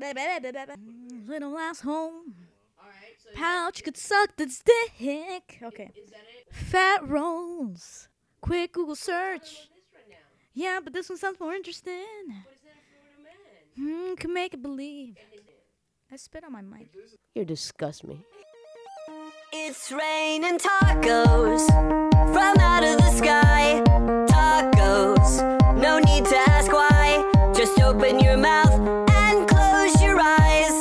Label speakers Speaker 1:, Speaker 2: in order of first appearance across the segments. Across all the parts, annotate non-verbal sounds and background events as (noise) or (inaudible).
Speaker 1: Mm, Little asshole.
Speaker 2: Alright, so.
Speaker 1: Pouch could suck this dick. Okay.
Speaker 2: Is that it?
Speaker 1: Fat rolls. Quick Google
Speaker 2: What
Speaker 1: search.
Speaker 2: about this right now?
Speaker 1: Yeah, but this one sounds more interesting.
Speaker 2: What is that for a man?
Speaker 1: Hmm, can make it believe.
Speaker 2: And is it-
Speaker 1: I spit on my mic.
Speaker 3: You disgust me.
Speaker 4: It's raining tacos from out of the sky. Tacos, no need to ask why. Just open your mouth and close your eyes.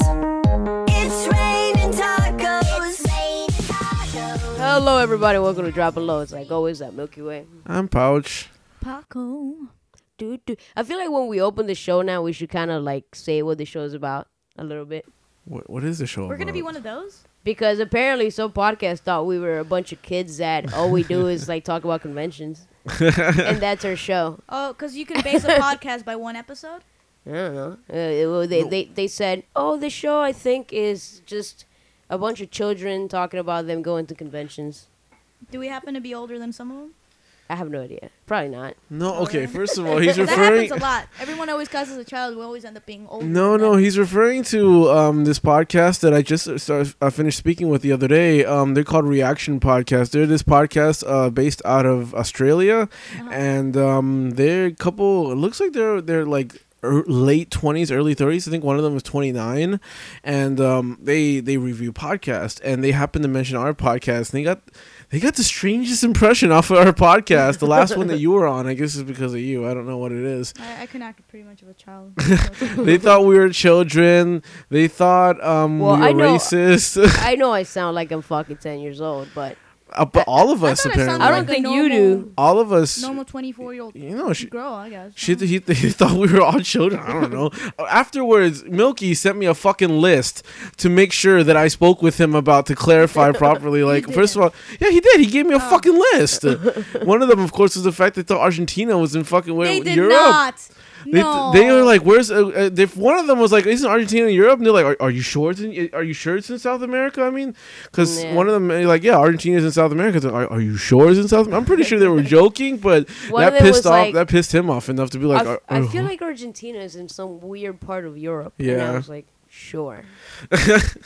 Speaker 4: It's raining tacos.
Speaker 3: Hello, everybody. Welcome to Drop Below. It's like always that Milky Way.
Speaker 5: I'm Pouch.
Speaker 1: Paco.
Speaker 3: Doo, doo. I feel like when we open the show now, we should kind of like say what the show's about a little bit.
Speaker 5: What, what is the show?
Speaker 1: We're gonna be
Speaker 5: about?
Speaker 1: one of those?
Speaker 3: Because apparently, some podcast thought we were a bunch of kids that all we do is like talk about conventions. and that's our show.
Speaker 1: Oh, because (laughs) you can base a podcast by one episode?
Speaker 3: I don't know. Uh, it- well, they, they, they said, oh, the show I think is just a bunch of children talking about them going to conventions.
Speaker 1: Do we happen to be older than some of them?
Speaker 3: I have no idea. Probably not.
Speaker 5: No, okay.
Speaker 1: (laughs)
Speaker 5: First of all, he's
Speaker 1: that happens
Speaker 5: referring.
Speaker 1: a lot. Everyone always calls us a child. We always end up being older.
Speaker 5: No,
Speaker 1: than
Speaker 5: no,
Speaker 1: them.
Speaker 5: he's referring to um, this podcast that I just started, I finished speaking with the other day. Um, they're called Reaction Podcast. They're this podcast uh, based out of Australia, and um, they're a couple. It looks like they're they're like er- late 20s early 30s i think one of them is 29 and um, they they review podcasts and they happened to mention our podcast and they got they got the strangest impression off of our podcast the last one that you were on i guess is because of you i don't know what it is
Speaker 1: I, I can act pretty much of a (laughs) child.
Speaker 5: they thought we were children. They thought um,
Speaker 3: Well,
Speaker 5: we were
Speaker 3: I
Speaker 1: (laughs)
Speaker 3: know-
Speaker 5: racist.
Speaker 3: I know I sound like I'm fucking 10 years old, but
Speaker 5: Uh, but all of us,
Speaker 1: thought it sounded
Speaker 5: apparently.
Speaker 3: I
Speaker 1: like
Speaker 3: don't
Speaker 1: a
Speaker 3: think
Speaker 1: normal,
Speaker 3: you do.
Speaker 5: all of us.
Speaker 1: Normal 24 year old
Speaker 5: You know, she,
Speaker 1: girl, I guess.
Speaker 5: she,
Speaker 1: I don't
Speaker 5: (laughs) he, they thought we were all children. I don't know. (laughs) Afterwards, Milky sent me a fucking list to make sure that I spoke with him about
Speaker 1: (laughs)
Speaker 5: to clarify properly. Like, first of all, yeah, he did. He gave
Speaker 1: Oh.
Speaker 5: me a fucking
Speaker 1: (laughs)
Speaker 5: list. One of them, of course, was the fact they thought Argentina was in fucking
Speaker 1: know. they
Speaker 5: where,
Speaker 1: did
Speaker 5: Europe.
Speaker 1: not.
Speaker 5: They,
Speaker 1: no.
Speaker 5: they were like, "Where's?" Uh, uh, if one of them was like, "Isn't Argentina in Europe?" And they're like, "Are, are you sure? It's in, are you sure it's in South America?" I mean, because
Speaker 3: Yeah.
Speaker 5: one of them uh, like, "Yeah, Argentina's in South America." So, are, are you sure it's in South? I'm pretty sure
Speaker 3: (laughs)
Speaker 5: they were joking, but
Speaker 3: One of
Speaker 5: that
Speaker 3: them
Speaker 5: pissed
Speaker 3: was
Speaker 5: off.
Speaker 3: like-
Speaker 5: that pissed him off enough to be like, "Oh,
Speaker 3: I,
Speaker 5: "Are-
Speaker 3: I
Speaker 5: are-
Speaker 3: feel like Argentina is in some weird part of Europe. And I
Speaker 5: uh-huh. Yeah.
Speaker 3: was like,
Speaker 5: (laughs)
Speaker 3: sure.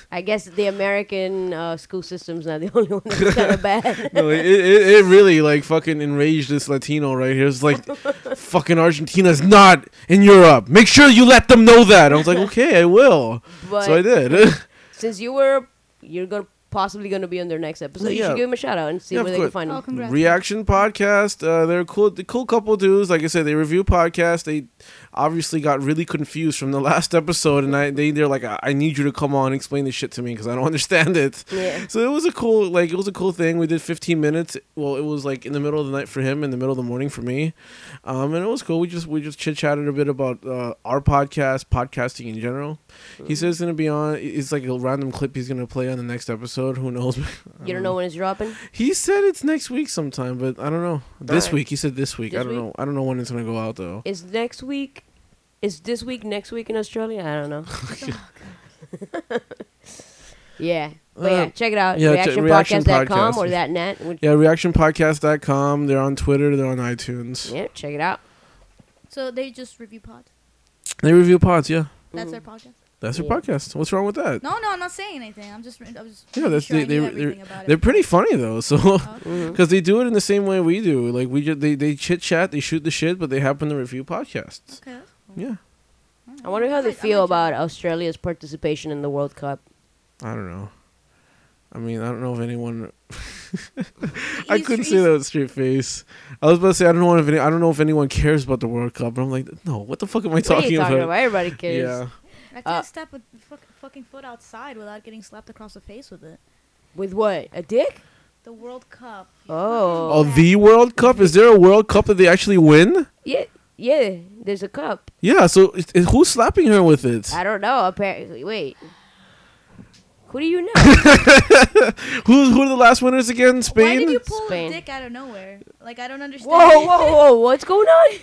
Speaker 3: I guess the American uh, school system's not the (laughs) only one that's kind
Speaker 5: (laughs)
Speaker 3: of bad.
Speaker 5: (laughs) no, it, it, it really like fucking enraged this Latino right here. It's
Speaker 3: (laughs)
Speaker 5: like, fucking Argentina's not in Europe. Make sure you let them know that. I
Speaker 3: (laughs)
Speaker 5: was like, okay, I will.
Speaker 3: But
Speaker 5: so I did. (laughs)
Speaker 3: since you were, you're gonna possibly gonna be on their next episode. You
Speaker 5: Yeah.
Speaker 3: should give them a shout out and see
Speaker 5: Yeah,
Speaker 3: where
Speaker 5: of
Speaker 3: they can
Speaker 5: course.
Speaker 3: find
Speaker 1: Oh,
Speaker 3: them.
Speaker 1: congrats.
Speaker 5: Reaction podcast. Uh, they're cool, the cool couple dudes. Like I said, they review podcasts. They obviously got really confused from the (laughs) last episode, and I they they're like, I, I need you to come on and explain this shit to me because I don't (laughs) understand it.
Speaker 3: Yeah.
Speaker 5: So it was a cool like it was a cool thing. We did 15 minutes. Well, it was like in the middle of the night for him, in the middle of the morning for me, um, and it was cool. We just we just chit chatted a bit about uh, our podcast, podcasting in general. He says he's gonna be on. It's like a random clip he's gonna play on the next episode. Who knows? (laughs)
Speaker 3: You don't know when it's dropping.
Speaker 5: He said it's next week sometime, but I don't know. This
Speaker 3: Alright.
Speaker 5: week, he said this week.
Speaker 3: This
Speaker 5: I don't
Speaker 3: week?
Speaker 5: know. I don't know when it's gonna go out though.
Speaker 3: Is next week? Is this week next week in Australia? I
Speaker 5: (laughs)
Speaker 3: don't know.
Speaker 5: Oh,
Speaker 3: (laughs) yeah, but yeah,
Speaker 5: Uh,
Speaker 3: check it out.
Speaker 5: yeah, check- Reaction
Speaker 3: reactionpodcast.com or
Speaker 5: Podcast.
Speaker 3: that net. Which,
Speaker 5: Yeah, reactionpodcast.com. They're on Twitter. They're on iTunes.
Speaker 3: yeah, check it out.
Speaker 1: so they just review pod.
Speaker 5: They review pods. Yeah,
Speaker 1: That's their podcast.
Speaker 5: that's their
Speaker 3: Yeah.
Speaker 5: podcast. What's wrong with that?
Speaker 1: No, no, I'm not saying anything. I'm just. I'm just
Speaker 5: Yeah, that's
Speaker 1: sure I
Speaker 5: they, they,
Speaker 1: knew
Speaker 5: they're,
Speaker 1: everything about it. Oh,
Speaker 5: they're pretty funny though. So (laughs)
Speaker 3: Mhm.
Speaker 5: because they do it in the same way we do. Like we just they, they chit chat, they shoot the shit, but they happen to review podcasts.
Speaker 1: Okay.
Speaker 3: Oh.
Speaker 5: Yeah,
Speaker 3: I wonder how
Speaker 1: I
Speaker 3: they
Speaker 1: might- I might
Speaker 3: feel
Speaker 1: try
Speaker 3: about Australia's participation in the World Cup.
Speaker 5: I don't know. I mean, I don't know if anyone. (laughs) I
Speaker 1: He's-
Speaker 5: couldn't
Speaker 1: he's-
Speaker 5: say that with a straight face. I was about to say I don't know if any, I don't know if anyone cares about the World Cup, but I'm like, no, what the fuck am I
Speaker 3: What are
Speaker 5: talking,
Speaker 3: you talking
Speaker 5: about?
Speaker 3: about? Everybody cares.
Speaker 5: Yeah,
Speaker 1: I can't
Speaker 3: Uh,
Speaker 1: step a fuck, fucking foot outside without getting slapped across the face with it.
Speaker 3: With what? A dick?
Speaker 1: The World Cup.
Speaker 3: Oh.
Speaker 5: Oh, the World Cup? Is there a World Cup that they actually win?
Speaker 3: Yeah, yeah. There's a cup.
Speaker 5: Yeah. So is, is- who's slapping her with it?
Speaker 3: I don't know. Apparently, wait. Who do you
Speaker 5: (laughs)
Speaker 3: know?
Speaker 5: Who who are the last winners again?
Speaker 1: Why did
Speaker 5: Spain.
Speaker 1: you pull
Speaker 3: Spain.
Speaker 1: a dick out of nowhere? Like I don't understand.
Speaker 3: whoa, whoa, whoa! What's going on?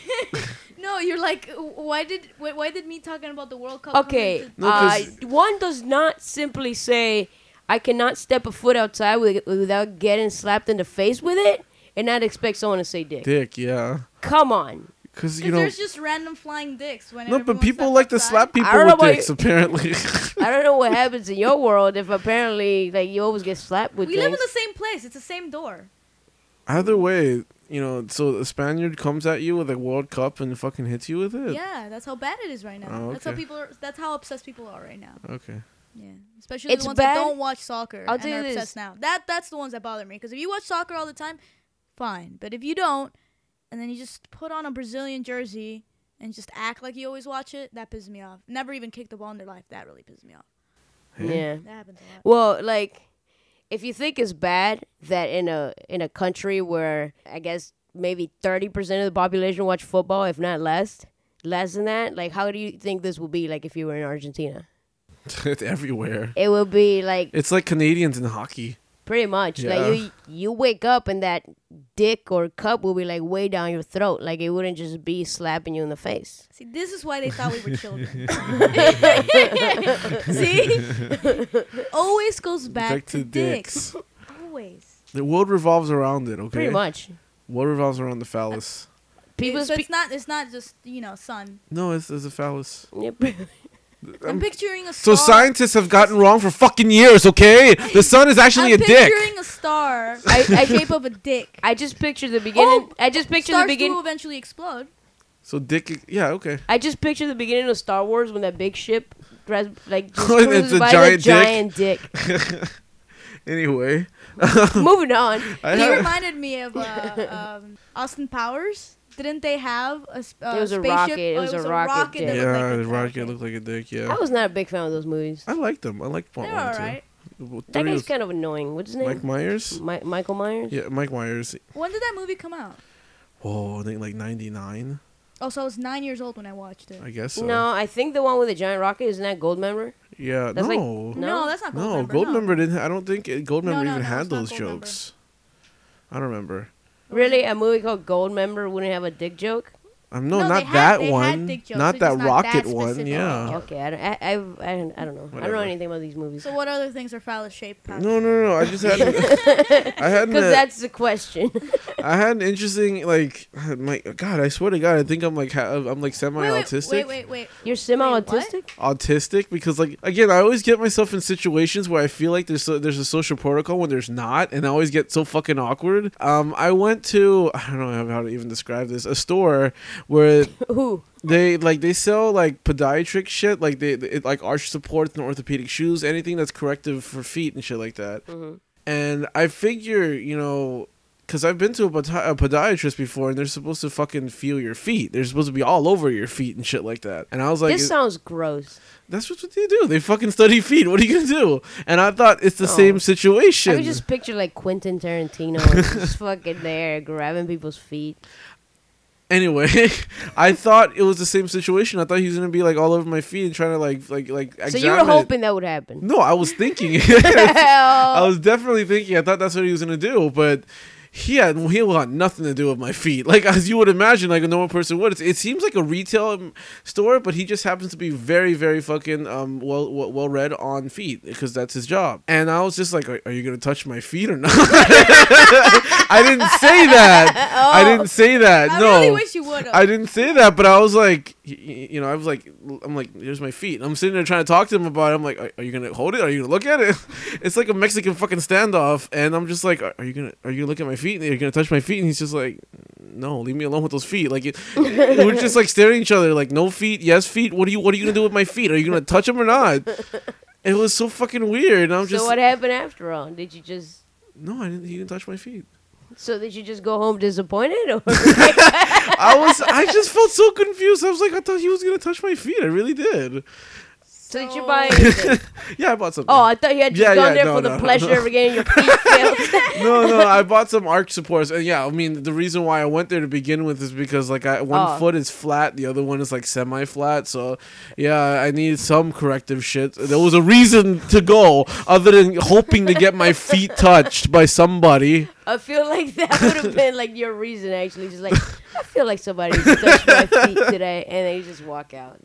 Speaker 1: No, you're like, w- why did why, why did me talking about the World Cup? come
Speaker 3: Okay,
Speaker 1: into-
Speaker 5: No,
Speaker 3: uh,
Speaker 5: 'cause-
Speaker 3: one does not simply say, "I cannot step a foot outside with, without getting slapped in the face with it," and not expect someone to say "dick."
Speaker 5: Dick. Yeah.
Speaker 3: Come on,
Speaker 5: because you
Speaker 1: Because
Speaker 5: know.
Speaker 1: there's just random flying dicks. When
Speaker 5: No, but
Speaker 1: everyone's
Speaker 5: people
Speaker 1: left
Speaker 5: like to
Speaker 1: outside.
Speaker 5: slap
Speaker 3: I
Speaker 5: people
Speaker 3: don't
Speaker 5: with
Speaker 3: know why-
Speaker 5: dicks. Apparently, (laughs)
Speaker 3: I don't know what happens in your world if apparently like you always get slapped with
Speaker 1: We
Speaker 3: things.
Speaker 1: live in the same place. It's the same door.
Speaker 5: either way, you know. So a Spaniard comes at you with a World Cup and fucking hits you with it.
Speaker 1: Yeah, that's how bad it is right now.
Speaker 5: Oh,
Speaker 1: That's how
Speaker 5: okay.
Speaker 1: people. Are, that's how obsessed people are right now.
Speaker 5: Okay. (laughs)
Speaker 1: Yeah, especially
Speaker 3: It's
Speaker 1: the ones that
Speaker 3: bad-
Speaker 1: don't watch soccer
Speaker 3: I'll
Speaker 1: and
Speaker 3: tell you
Speaker 1: are
Speaker 3: this.
Speaker 1: obsessed now. That that's the ones that bother me. Because if you watch soccer all the time, fine. But if you don't, and then you just put on a Brazilian jersey and just act like you always watch it, that pisses me off. Never even kicked the ball in their life. That really pisses me off.
Speaker 3: yeah.
Speaker 1: That happens a lot.
Speaker 3: Well, like if you think it's bad that in a in a country where I guess maybe thirty percent of the population watch football, if not less, less than that, like how do you think this will be like if you were in Argentina?
Speaker 5: it's everywhere.
Speaker 3: It will be like
Speaker 5: It's like Canadians in hockey.
Speaker 3: pretty much
Speaker 5: Yeah.
Speaker 3: like you you wake up and that dick or cup will be like way down your throat. Like it wouldn't just be slapping you in the face.
Speaker 1: See, this is why they thought we were
Speaker 3: (laughs)
Speaker 1: children. See, always goes back
Speaker 5: Back
Speaker 1: to,
Speaker 5: to
Speaker 1: dicks. Always.
Speaker 5: The world revolves around it. Okay.
Speaker 3: Pretty much.
Speaker 5: World revolves around the phallus.
Speaker 3: People
Speaker 1: so
Speaker 3: speak
Speaker 1: it's not. It's not just you know sun.
Speaker 5: No, it's, it's a phallus.
Speaker 3: (laughs)
Speaker 1: I'm, picturing a
Speaker 5: Um, So
Speaker 1: star.
Speaker 5: scientists have gotten wrong for fucking years. Okay.
Speaker 1: (laughs)
Speaker 5: The sun is
Speaker 1: I'm
Speaker 5: actually a dick.
Speaker 1: picturing a star.
Speaker 3: I-
Speaker 5: (laughs)
Speaker 3: I-
Speaker 1: I shape of a dick.
Speaker 3: I just picture the beginning. I just picture
Speaker 1: Stars
Speaker 3: the beginning.
Speaker 1: do eventually explode.
Speaker 5: So dick. Yeah. Okay. (laughs)
Speaker 3: I just picture the beginning of Star Wars when that big ship, drives, like, just
Speaker 5: (laughs) It's
Speaker 3: cruises
Speaker 5: a
Speaker 3: by
Speaker 5: giant
Speaker 3: giant,
Speaker 5: dick.
Speaker 3: giant dick.
Speaker 5: (laughs)
Speaker 1: (laughs)
Speaker 5: Anyway.
Speaker 3: Moving on.
Speaker 5: I
Speaker 1: He
Speaker 5: have,
Speaker 1: reminded me of uh, um, Austin Powers. Didn't they have a, sp- uh,
Speaker 3: was a
Speaker 1: spaceship?
Speaker 3: rocket. It
Speaker 1: Oh,
Speaker 3: was a rocket dick.
Speaker 1: that
Speaker 5: yeah.
Speaker 1: looked like a
Speaker 5: the rocket
Speaker 1: dick.
Speaker 5: looked like a dick.
Speaker 3: I
Speaker 5: Yeah.
Speaker 3: was not a big fan of those movies.
Speaker 5: I liked them. I liked part
Speaker 1: They're
Speaker 5: one
Speaker 1: all
Speaker 5: too.
Speaker 1: right.
Speaker 5: Well,
Speaker 3: That
Speaker 5: three
Speaker 3: guy's
Speaker 5: was
Speaker 3: kind of annoying. What's his name?
Speaker 5: Mike Myers.
Speaker 1: mm.
Speaker 3: Mi- Michael Myers.
Speaker 5: Yeah, Mike Myers.
Speaker 1: When did that movie come out?
Speaker 5: Whoa, I think like ninety nine.
Speaker 1: Oh, so I was nine years old when I watched it.
Speaker 5: I guess. So.
Speaker 3: No, I think the one with the giant rocket isn't that Goldmember.
Speaker 5: Yeah.
Speaker 3: That's like-
Speaker 5: no.
Speaker 1: no,
Speaker 3: No?
Speaker 1: that's not
Speaker 5: no.
Speaker 1: Goldmember.
Speaker 5: Goldmember didn't. I don't think it, Goldmember
Speaker 1: No, no,
Speaker 5: even
Speaker 1: no,
Speaker 5: had
Speaker 1: it's not
Speaker 5: those
Speaker 1: Goldmember.
Speaker 5: jokes. I don't remember.
Speaker 3: Really, a movie called Goldmember wouldn't have a dick joke?
Speaker 5: Um, no,
Speaker 1: No, they
Speaker 5: not
Speaker 1: had-
Speaker 5: that
Speaker 1: they had
Speaker 5: one.
Speaker 1: dick jokes,
Speaker 5: not
Speaker 1: it's
Speaker 5: that
Speaker 1: just not that
Speaker 5: rocket one.
Speaker 1: specific.
Speaker 5: Yeah.
Speaker 3: Okay, I don't, I, I, I, I don't know. I don't
Speaker 5: Uh-huh. Whatever.
Speaker 3: know anything about these movies.
Speaker 1: So
Speaker 3: (laughs)
Speaker 1: what other things are phallus shaped?
Speaker 5: No, no, no. I
Speaker 1: (laughs)
Speaker 5: just had. I had.
Speaker 3: Because
Speaker 5: An,
Speaker 3: that's the question. (laughs)
Speaker 5: I had an interesting like. (sighs) My God, I swear to God, I think I'm like ha- I'm like
Speaker 1: Wait, wait,
Speaker 5: semi-autistic.
Speaker 1: wait, wait, wait.
Speaker 3: You're semi-autistic?
Speaker 5: autistic because like again i always get myself in situations where i feel like there's so, there's a social protocol when there's not and i always get so fucking awkward um i went to i don't know how to even describe this a store where
Speaker 3: Who?
Speaker 5: they like they sell like podiatric shit like they it, like arch supports and orthopedic shoes anything that's corrective for feet and shit like that and i figure you know because i've been to a, podi- a podiatrist before and they're supposed to fucking feel your feet they're supposed to be all over your feet and shit like that and i was like
Speaker 3: this
Speaker 5: it-
Speaker 3: sounds gross.
Speaker 5: that's what they do. They fucking study feet. What are you gonna do? And I thought it's the
Speaker 3: Oh.
Speaker 5: same situation.
Speaker 3: I could just picture like Quentin Tarantino (laughs) just fucking there grabbing people's feet.
Speaker 5: anyway, (laughs) I thought it was the same situation. I thought he was gonna be like all over my feet and trying to like like like.
Speaker 3: So you were
Speaker 5: examine it.
Speaker 3: hoping that would
Speaker 5: (laughs)
Speaker 3: happen. (laughs)
Speaker 5: No, I was thinking. it. I
Speaker 3: Hell,
Speaker 5: was definitely thinking. I thought that's what he was gonna do, but. He had he had nothing to do with my feet, (laughs) like as you would imagine, like a normal person would. It's, it seems like a retail um, store, but he just happens to be very, very fucking um well well, well read on feet because that's his job. And I was just like, are, are you gonna touch my feet or not? (laughs) I didn't say that.
Speaker 1: (laughs)
Speaker 5: I didn't say that.
Speaker 1: Oh. I
Speaker 5: no.
Speaker 1: really wish you would
Speaker 5: I
Speaker 1: have.
Speaker 5: didn't say that, but I was like, y- y- you know, I was like, I'm like, there's my feet. I'm sitting there trying to talk to him about it. I'm like, are, are you gonna hold it? Are you gonna look at it? (laughs) It's like a Mexican fucking standoff, and I'm just like, are, are you gonna, are you gonna look at my feet? Are you gonna touch my feet? And he's just like, no, leave me alone with those feet.
Speaker 3: (laughs)
Speaker 5: Like, it, we're just like staring at each other, like, no feet, yes feet. What are you, what are you gonna do with my feet? Are you gonna touch them or not? It was so fucking weird. And I'm just
Speaker 3: so what happened after all? Did you just
Speaker 5: no, I didn't. He didn't touch my feet.
Speaker 3: so did you just go home disappointed or (laughs)
Speaker 5: I was, I just felt so confused. I was like, I thought he was gonna touch my feet. I really did.
Speaker 3: so did you
Speaker 1: So-
Speaker 3: buy?
Speaker 5: (laughs)
Speaker 3: Anything?
Speaker 5: Yeah, I bought something.
Speaker 3: Oh, I thought you had just
Speaker 5: Yeah,
Speaker 3: gone there
Speaker 5: yeah, no,
Speaker 3: for the
Speaker 5: no, (laughs) no.
Speaker 3: pleasure of getting your
Speaker 5: (laughs)
Speaker 3: feet filled. (laughs)
Speaker 5: no, no, I bought some arch supports, and yeah, I mean the reason why I went there to begin with is because like I one
Speaker 3: Oh.
Speaker 5: foot is flat, the other one is like semi-flat, so yeah, I needed some corrective shit. There was a reason to go other than hoping to get my feet touched by somebody.
Speaker 3: I feel like that would have been like your reason actually. Just like I feel like
Speaker 5: (laughs)
Speaker 3: somebody touched my feet today, and then you just walk out.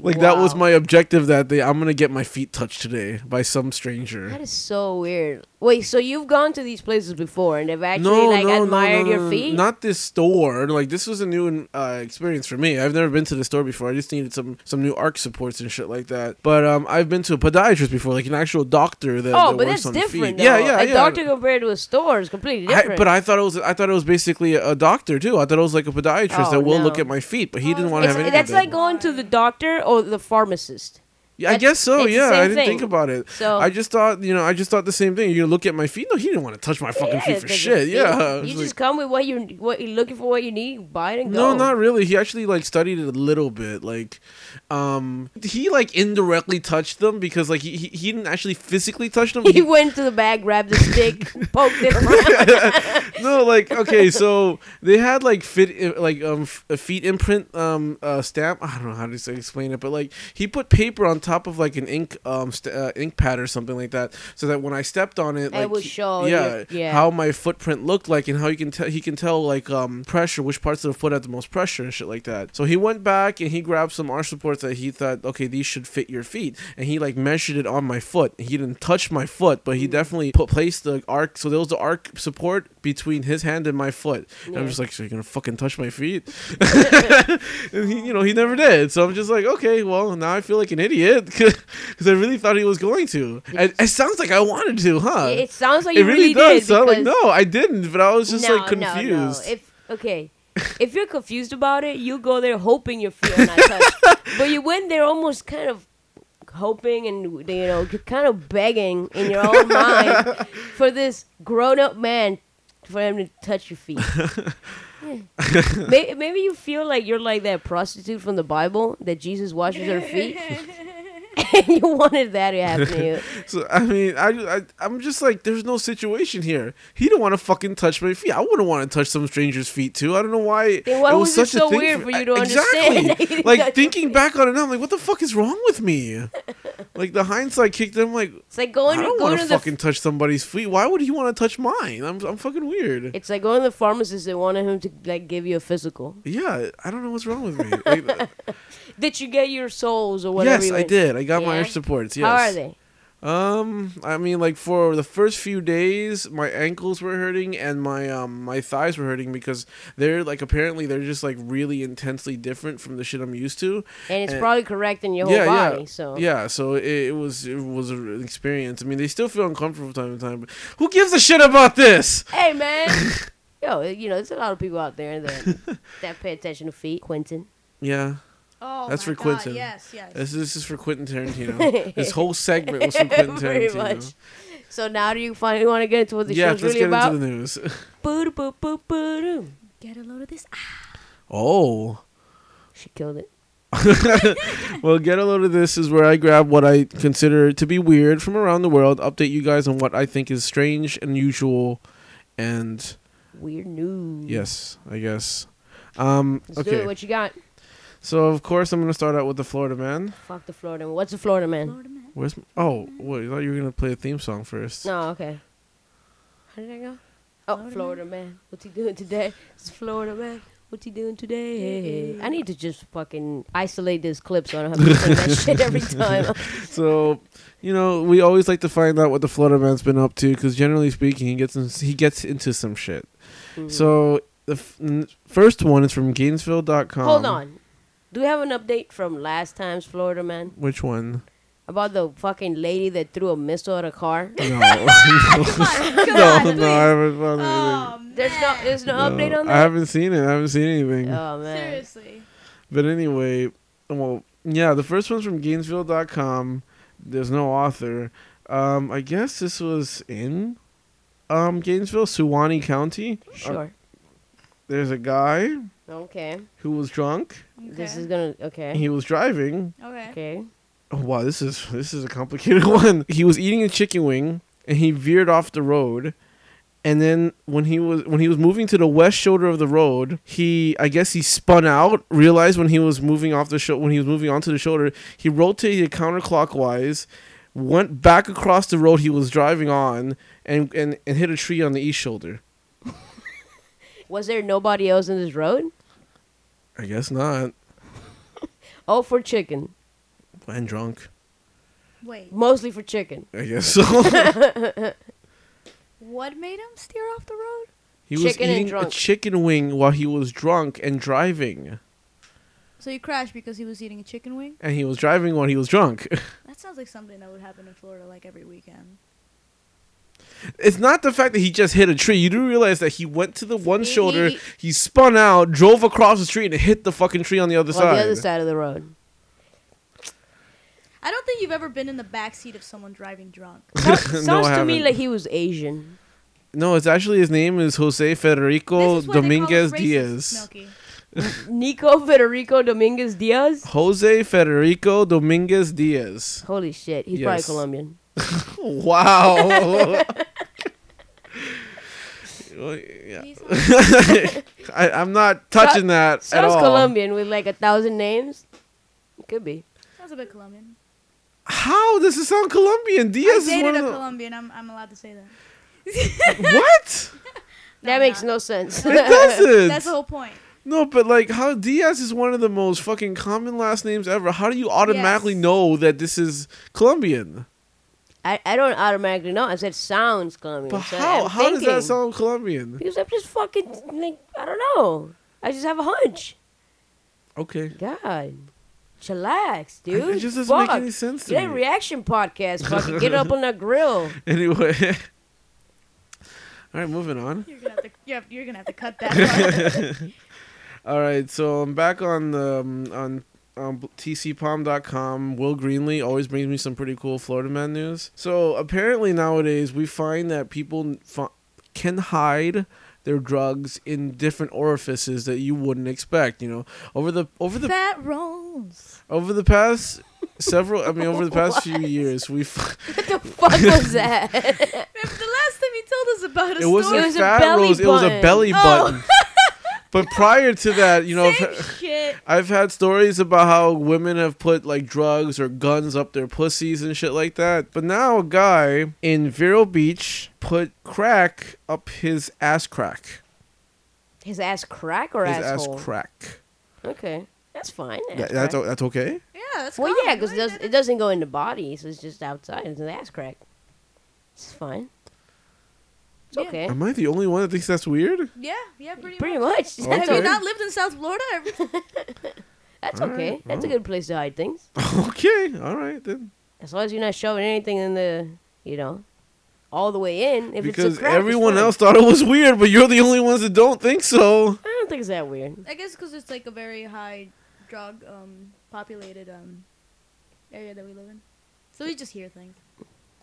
Speaker 5: Like that was
Speaker 3: Wow.
Speaker 5: my objective that day. I'm gonna get my feet touched today by some
Speaker 3: That
Speaker 5: stranger.
Speaker 3: is so weird. Wait, so you've gone to these places before and have actually like admired your feet?
Speaker 5: Not this store. Like this was a new uh, experience for me. I've never been to the store before. I just needed some some new arc supports and shit like that. But um, I've been to a podiatrist before, like an actual doctor that.
Speaker 3: oh,
Speaker 5: that
Speaker 3: but
Speaker 5: works
Speaker 3: that's
Speaker 5: on
Speaker 3: different.
Speaker 5: The feet. Yeah,
Speaker 3: though.
Speaker 5: yeah,
Speaker 3: a
Speaker 5: yeah.
Speaker 3: doctor compared to a store is completely different.
Speaker 5: I, but I thought it was I thought it was basically a doctor too. I thought it was like a podiatrist
Speaker 3: Oh,
Speaker 5: that will
Speaker 3: no. Oh,
Speaker 5: look at my feet, but he didn't want to
Speaker 3: It's-
Speaker 5: have any.
Speaker 3: that's like going to the doctor or the pharmacist.
Speaker 5: Yeah, I
Speaker 3: That's-
Speaker 5: guess so.
Speaker 3: it's the
Speaker 5: Yeah,
Speaker 3: same
Speaker 5: I didn't
Speaker 3: thing.
Speaker 5: think about it.
Speaker 3: So-
Speaker 5: I just thought, you know, I just thought the same thing. You look at my feet. No, he didn't want to touch my fucking feet
Speaker 3: it's
Speaker 5: for
Speaker 3: like
Speaker 5: shit.
Speaker 3: you-
Speaker 5: Yeah,
Speaker 3: you
Speaker 5: It's
Speaker 3: just
Speaker 5: like-
Speaker 3: come with what you what you're looking for, what you need, buy it and
Speaker 5: no,
Speaker 3: go. (laughs)
Speaker 5: not really. He actually like studied it a little bit. Like, um, he like indirectly touched them because like he he, he didn't actually physically touch them.
Speaker 3: (laughs) He went to the bag, grabbed the stick, poked
Speaker 5: (laughs)
Speaker 3: it around.
Speaker 5: no,
Speaker 3: (laughs)
Speaker 5: like okay, so they had like fit like um f- a feet imprint um uh, stamp. I don't know how to s- explain it, but like he put paper on top of like an ink um st- uh, ink pad or something like that, so that when I stepped on it, like
Speaker 3: would
Speaker 5: he-
Speaker 3: show
Speaker 5: yeah,
Speaker 3: your- yeah.
Speaker 5: how my footprint looked like and how you can tell he can tell like um pressure which parts of the foot had the most pressure and shit like that. So he went back and he grabbed some arch supports that he thought okay these should fit your feet, and he like measured it on my foot. He didn't touch my foot, but he
Speaker 3: Mm.
Speaker 5: definitely put placed the arc. So there was the arc support between his hand and my foot. And I'm just like, so you're gonna fucking touch my
Speaker 3: (laughs)
Speaker 5: feet? and he, you know, he never did. So I'm just like, okay, well, now I feel like an idiot (laughs) because I really thought he was going to. And it sounds like I wanted to, huh?
Speaker 3: it sounds like
Speaker 5: it
Speaker 3: you really,
Speaker 5: really, does.
Speaker 3: did.
Speaker 5: So I'm like,
Speaker 3: because-
Speaker 5: no, I didn't. But I was just like confused.
Speaker 3: If okay, if you're confused about it, you go there hoping your feet are not
Speaker 5: (laughs)
Speaker 3: touched. but you went there almost kind of hoping and you know you're kind of begging in your
Speaker 5: (laughs)
Speaker 3: own mind for this grown-up man for him to touch your
Speaker 5: (laughs)
Speaker 3: feet. Yeah. May- Maybe you feel like you're like that prostitute from the Bible that Jesus washes her feet,
Speaker 5: (laughs)
Speaker 3: (laughs) and you wanted that to happen to you.
Speaker 5: So I mean, I, I I'm just like, there's no situation here. He didn't want to fucking touch my feet. I wouldn't want to touch some stranger's feet too. I don't know why.
Speaker 3: Then why was it so weird for you to
Speaker 5: I-
Speaker 3: understand that (laughs) he
Speaker 5: Exactly.
Speaker 3: didn't
Speaker 5: like
Speaker 3: touch
Speaker 5: thinking
Speaker 3: your
Speaker 5: back on it now, I'm like, what the fuck is wrong with me?
Speaker 3: (laughs)
Speaker 5: like the hindsight kicked in. I'm like,
Speaker 3: It's like
Speaker 5: I
Speaker 3: going to
Speaker 5: don't
Speaker 3: go
Speaker 5: want to
Speaker 3: to the
Speaker 5: fucking touch somebody's feet. Why would he want to touch mine? I'm I'm fucking weird.
Speaker 3: It's like going to the pharmacist and wanting him to like give you a physical.
Speaker 5: yeah, I don't know what's wrong with me.
Speaker 3: (laughs)
Speaker 5: Like,
Speaker 3: Did you get your souls or whatever?
Speaker 5: yes,
Speaker 3: you
Speaker 5: I
Speaker 3: went-
Speaker 5: did. I got my
Speaker 3: Yeah?
Speaker 5: arch supports. Yes.
Speaker 3: How are they?
Speaker 5: Um, I mean, like for the first few days, my ankles were hurting and my um my thighs were hurting because they're like apparently they're just like really intensely different from the shit I'm used to.
Speaker 3: And it's
Speaker 5: And-
Speaker 3: probably correct in your whole body.
Speaker 5: yeah,
Speaker 3: So
Speaker 5: yeah. So it, it was it was an experience. I mean, they still feel uncomfortable from time to time. But who gives a shit about this?
Speaker 3: Hey
Speaker 5: (laughs)
Speaker 3: man, yo, you know, there's a lot of people out there that that pay attention to feet. Quentin.
Speaker 5: Yeah,
Speaker 1: Oh,
Speaker 5: That's
Speaker 1: my
Speaker 5: for
Speaker 1: God,
Speaker 5: Quentin.
Speaker 1: Yes, yes.
Speaker 5: this, this is for
Speaker 3: (laughs)
Speaker 5: Quentin Tarantino. this whole segment was for Quentin
Speaker 3: Pretty
Speaker 5: Tarantino.
Speaker 3: much. So now do you finally want to get into what the
Speaker 5: yeah,
Speaker 3: show's
Speaker 5: let's
Speaker 3: really
Speaker 5: get
Speaker 3: about?
Speaker 5: into the news. (laughs)
Speaker 3: Boo boo boo boo doo.
Speaker 1: Get a load of this.
Speaker 5: oh.
Speaker 3: She killed it.
Speaker 5: Well, get a load of this is where I grab what I consider to be weird from around the world, update you guys on what I think is strange, unusual, and
Speaker 3: Weird news.
Speaker 5: yes, I guess. Um,
Speaker 3: Let's do it.
Speaker 5: okay,
Speaker 3: What you got?
Speaker 5: so of course I'm gonna start out with the Florida man.
Speaker 3: Fuck the Florida man. What's the Florida man?
Speaker 1: Florida man.
Speaker 5: Where's oh wait, I thought you were gonna play a theme song first.
Speaker 3: No, okay. How did I go? Oh, Florida, man. What's he doing today? It's Florida man. What's he doing today? I need to just fucking isolate this clip so I don't have to say (laughs) that shit every time.
Speaker 5: So you know we always like to find out what the Florida man's been up to because generally speaking he gets in, he gets into some shit.
Speaker 3: Hmm.
Speaker 5: So the f- n- first one is from Gainesville.com.
Speaker 3: Hold on. Do we have an update from last time's Florida man
Speaker 5: Which one?
Speaker 3: about the fucking lady that threw a missile at a car? (laughs)
Speaker 5: No.
Speaker 1: God,
Speaker 5: no,
Speaker 1: please.
Speaker 5: no, I haven't found
Speaker 1: Oh,
Speaker 5: anything.
Speaker 3: There's no, there's no,
Speaker 5: No,
Speaker 3: Oh, update on
Speaker 5: I
Speaker 3: that.
Speaker 5: haven't seen it. I haven't seen anything.
Speaker 3: Oh man.
Speaker 1: seriously.
Speaker 5: But anyway, well, yeah, the first one's from Gainesville.com. There's no author. Um, I guess this was in um, Gainesville, Suwannee County. Uh,
Speaker 3: Sure.
Speaker 5: There's a guy
Speaker 3: okay.
Speaker 5: who was drunk.
Speaker 1: Okay.
Speaker 3: This is gonna. Okay.
Speaker 5: He was driving.
Speaker 1: okay.
Speaker 3: Okay.
Speaker 5: Oh, wow, this is this is a complicated (laughs) one. He was eating a chicken wing and he veered off the road. And then when he was when he was moving to the west shoulder of the road, he I guess he spun out, realized when he was moving off the sho- when he was moving onto the shoulder, he rotated counterclockwise, went back across the road he was driving on and and, and hit a tree on the east shoulder.
Speaker 3: Was there nobody else in this road?
Speaker 5: I guess not.
Speaker 3: Oh, for chicken.
Speaker 5: And drunk.
Speaker 1: Wait.
Speaker 3: Mostly for chicken.
Speaker 5: I guess so.
Speaker 1: What made him steer off the road?
Speaker 5: (laughs) He was
Speaker 3: Chicken and
Speaker 5: eating a
Speaker 3: drunk.
Speaker 5: chicken wing while he was drunk and driving,
Speaker 1: So he crashed because he was eating a chicken wing?
Speaker 5: and he was driving while he was drunk. (laughs)
Speaker 1: That sounds like something that would happen in Florida like every weekend.
Speaker 5: it's not the fact that he just hit a tree. You do realize that he went to the one
Speaker 3: He-
Speaker 5: shoulder,
Speaker 3: he-
Speaker 5: he spun out, drove across the street, and hit the fucking tree on the
Speaker 3: on
Speaker 5: other side.
Speaker 3: the other side of the
Speaker 5: (laughs)
Speaker 3: road.
Speaker 1: I don't think you've ever been in the back seat of someone driving drunk.
Speaker 3: Sounds,
Speaker 5: No,
Speaker 3: sounds
Speaker 5: I
Speaker 3: to me
Speaker 5: haven't.
Speaker 3: like he was Asian.
Speaker 5: No, it's actually his name is Jose Federico
Speaker 1: This is why they call us
Speaker 5: Dominguez
Speaker 1: racist,
Speaker 5: Diaz.
Speaker 1: Milky.
Speaker 3: Nico (laughs) Federico Dominguez Diaz.
Speaker 5: Jose Federico Dominguez
Speaker 3: (laughs)
Speaker 5: Diaz.
Speaker 3: Holy shit, he's probably
Speaker 5: Yes.
Speaker 3: Colombian.
Speaker 5: Wow. Well, yeah.
Speaker 1: He's
Speaker 5: (laughs) I, I'm not touching that at
Speaker 3: Sounds
Speaker 5: all.
Speaker 3: Colombian with like a thousand names. It could be.
Speaker 1: Sounds a bit Colombian.
Speaker 5: How does it sound Colombian? Diaz
Speaker 1: I
Speaker 5: is one
Speaker 1: dated
Speaker 5: of
Speaker 1: a
Speaker 5: the-
Speaker 1: Colombian. I'm, I'm allowed to say that.
Speaker 5: what?
Speaker 3: that
Speaker 1: I'm
Speaker 3: makes
Speaker 1: not.
Speaker 3: no sense. (laughs)
Speaker 5: It doesn't.
Speaker 1: That's the whole point.
Speaker 5: No, but like how Diaz is one of the most fucking common last names ever. How do you automatically
Speaker 1: Yes.
Speaker 5: know that this is Colombian?
Speaker 3: I, I don't automatically know. I said sounds Colombian.
Speaker 5: But
Speaker 3: so
Speaker 5: how?
Speaker 3: I'm
Speaker 5: How does
Speaker 3: thinking.
Speaker 5: that sound Colombian?
Speaker 3: Because I'm just fucking like I don't know. I just have a hunch.
Speaker 5: Okay.
Speaker 3: God, chillax,
Speaker 5: It-
Speaker 3: dude.
Speaker 5: It just doesn't
Speaker 3: Fuck.
Speaker 5: make any sense to
Speaker 3: Today
Speaker 5: me.
Speaker 3: reaction podcast. Fucking get up on the (laughs) grill.
Speaker 5: (laughs) anyway. (laughs) All right, moving on.
Speaker 1: You're gonna have to, you have, you're gonna have to cut that. part.
Speaker 5: All right, so I'm back on the um, on on tcpalm.com. Will Greenlee always brings me some pretty cool Florida man news. So apparently nowadays we find that people f- can hide their drugs in different orifices that you wouldn't expect. You know, over the over the
Speaker 1: Fat rolls.
Speaker 5: over the past several, I mean, over the past few years, we f-
Speaker 3: What the fuck was that?
Speaker 5: (laughs)
Speaker 1: Remember the last time he told us about a
Speaker 5: it wasn't
Speaker 1: story.
Speaker 3: It was a
Speaker 5: fat
Speaker 3: belly
Speaker 5: rolls, it was a
Speaker 3: button.
Speaker 5: belly
Speaker 1: Oh.
Speaker 5: button. But prior to that, you know, (laughs)
Speaker 1: Same shit.
Speaker 5: I've had stories about how women have put like drugs or guns up their pussies and shit like that. But now a guy in Vero Beach put crack up his ass crack.
Speaker 3: His ass crack or
Speaker 5: his
Speaker 3: asshole?
Speaker 5: ass crack.
Speaker 3: Okay, that's fine.
Speaker 5: That-
Speaker 3: ass
Speaker 5: that's
Speaker 3: crack.
Speaker 5: o- that's okay.
Speaker 1: Yeah, that's
Speaker 3: Well,
Speaker 1: common,
Speaker 3: yeah, because
Speaker 1: right?
Speaker 3: it, does, it doesn't go in the body, so it's just outside. It's an ass crack. It's fine. It's
Speaker 1: Yeah.
Speaker 3: okay.
Speaker 5: Am I the only one that thinks that's weird? (laughs)
Speaker 1: Yeah, yeah, pretty,
Speaker 3: Pretty
Speaker 1: much.
Speaker 3: much. (laughs)
Speaker 5: Okay.
Speaker 3: That's,
Speaker 1: Have you
Speaker 5: Okay.
Speaker 1: not lived in South Florida?
Speaker 3: (laughs) that's
Speaker 5: All right.
Speaker 3: okay. That's a
Speaker 5: Oh.
Speaker 3: good place to hide things.
Speaker 5: okay, all right then.
Speaker 3: As long as you're not shoving anything in the, you know, all the way in. If it's
Speaker 5: because
Speaker 3: a crack, it's
Speaker 5: everyone
Speaker 3: fine.
Speaker 5: else thought it was weird, but you're the only ones that don't think so.
Speaker 3: I don't think it's that weird.
Speaker 1: I guess because it's like a very high drug um, populated um, area that we live in. So we just hear things.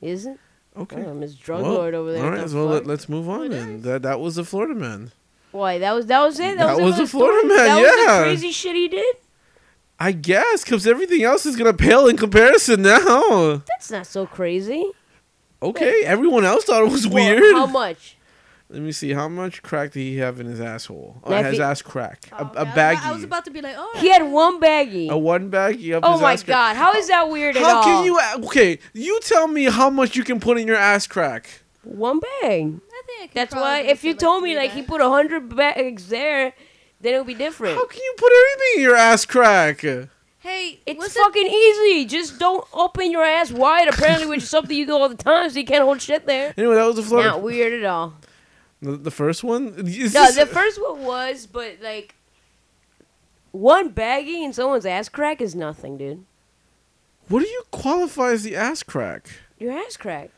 Speaker 3: Is it?
Speaker 5: Okay.
Speaker 3: Oh, Miss Drug
Speaker 5: Well,
Speaker 3: Lord over there.
Speaker 5: All
Speaker 3: what
Speaker 5: right,
Speaker 3: the
Speaker 5: so let,
Speaker 3: fuck?
Speaker 5: let's move on
Speaker 1: It
Speaker 5: then. That that was the Florida man.
Speaker 3: Why? That was that was it. That,
Speaker 5: That was
Speaker 3: was, it for
Speaker 5: a
Speaker 3: the story?
Speaker 5: Florida man,
Speaker 3: That was
Speaker 5: yeah.
Speaker 3: the crazy shit he did.
Speaker 5: I guess because everything else is gonna pale in comparison now.
Speaker 3: That's not so crazy.
Speaker 5: Okay, everyone else thought it was
Speaker 3: Well,
Speaker 5: weird.
Speaker 3: how much?
Speaker 5: Let me see. How much crack did he have in his asshole? Oh,
Speaker 3: Now, if
Speaker 5: his
Speaker 3: he- Um,
Speaker 5: ass crack.
Speaker 1: Oh,
Speaker 5: a, a
Speaker 1: okay, I was-
Speaker 5: baggie.
Speaker 1: I was about to be like, oh,
Speaker 3: He had one baggie.
Speaker 5: a one baggie up
Speaker 3: oh
Speaker 5: his
Speaker 3: my
Speaker 5: ass crack.
Speaker 3: god! How is that weird at
Speaker 5: How
Speaker 3: all?
Speaker 5: can you? a- Okay, you tell me how much you can put in your ass crack.
Speaker 3: One bag.
Speaker 1: I think I could
Speaker 3: That's
Speaker 1: probably
Speaker 3: why
Speaker 1: do
Speaker 3: if you
Speaker 1: for,
Speaker 3: told
Speaker 1: three
Speaker 3: me like he
Speaker 1: bags.
Speaker 3: put a hundred bags there, then it would be different.
Speaker 5: How can you put everything in your ass crack?
Speaker 1: hey,
Speaker 3: It's
Speaker 1: what's that-
Speaker 3: fucking easy. Just don't open your ass wide. Apparently, which is something you do all the time, so you can't hold shit there.
Speaker 5: Anyway, that was the Florida.
Speaker 3: Not weird at all.
Speaker 5: (laughs) the, the first one. Is
Speaker 3: No,
Speaker 5: this-
Speaker 3: the first one was, but like one baggie in someone's ass crack is nothing, dude.
Speaker 5: what do you qualify as the ass crack?
Speaker 3: Your ass crack.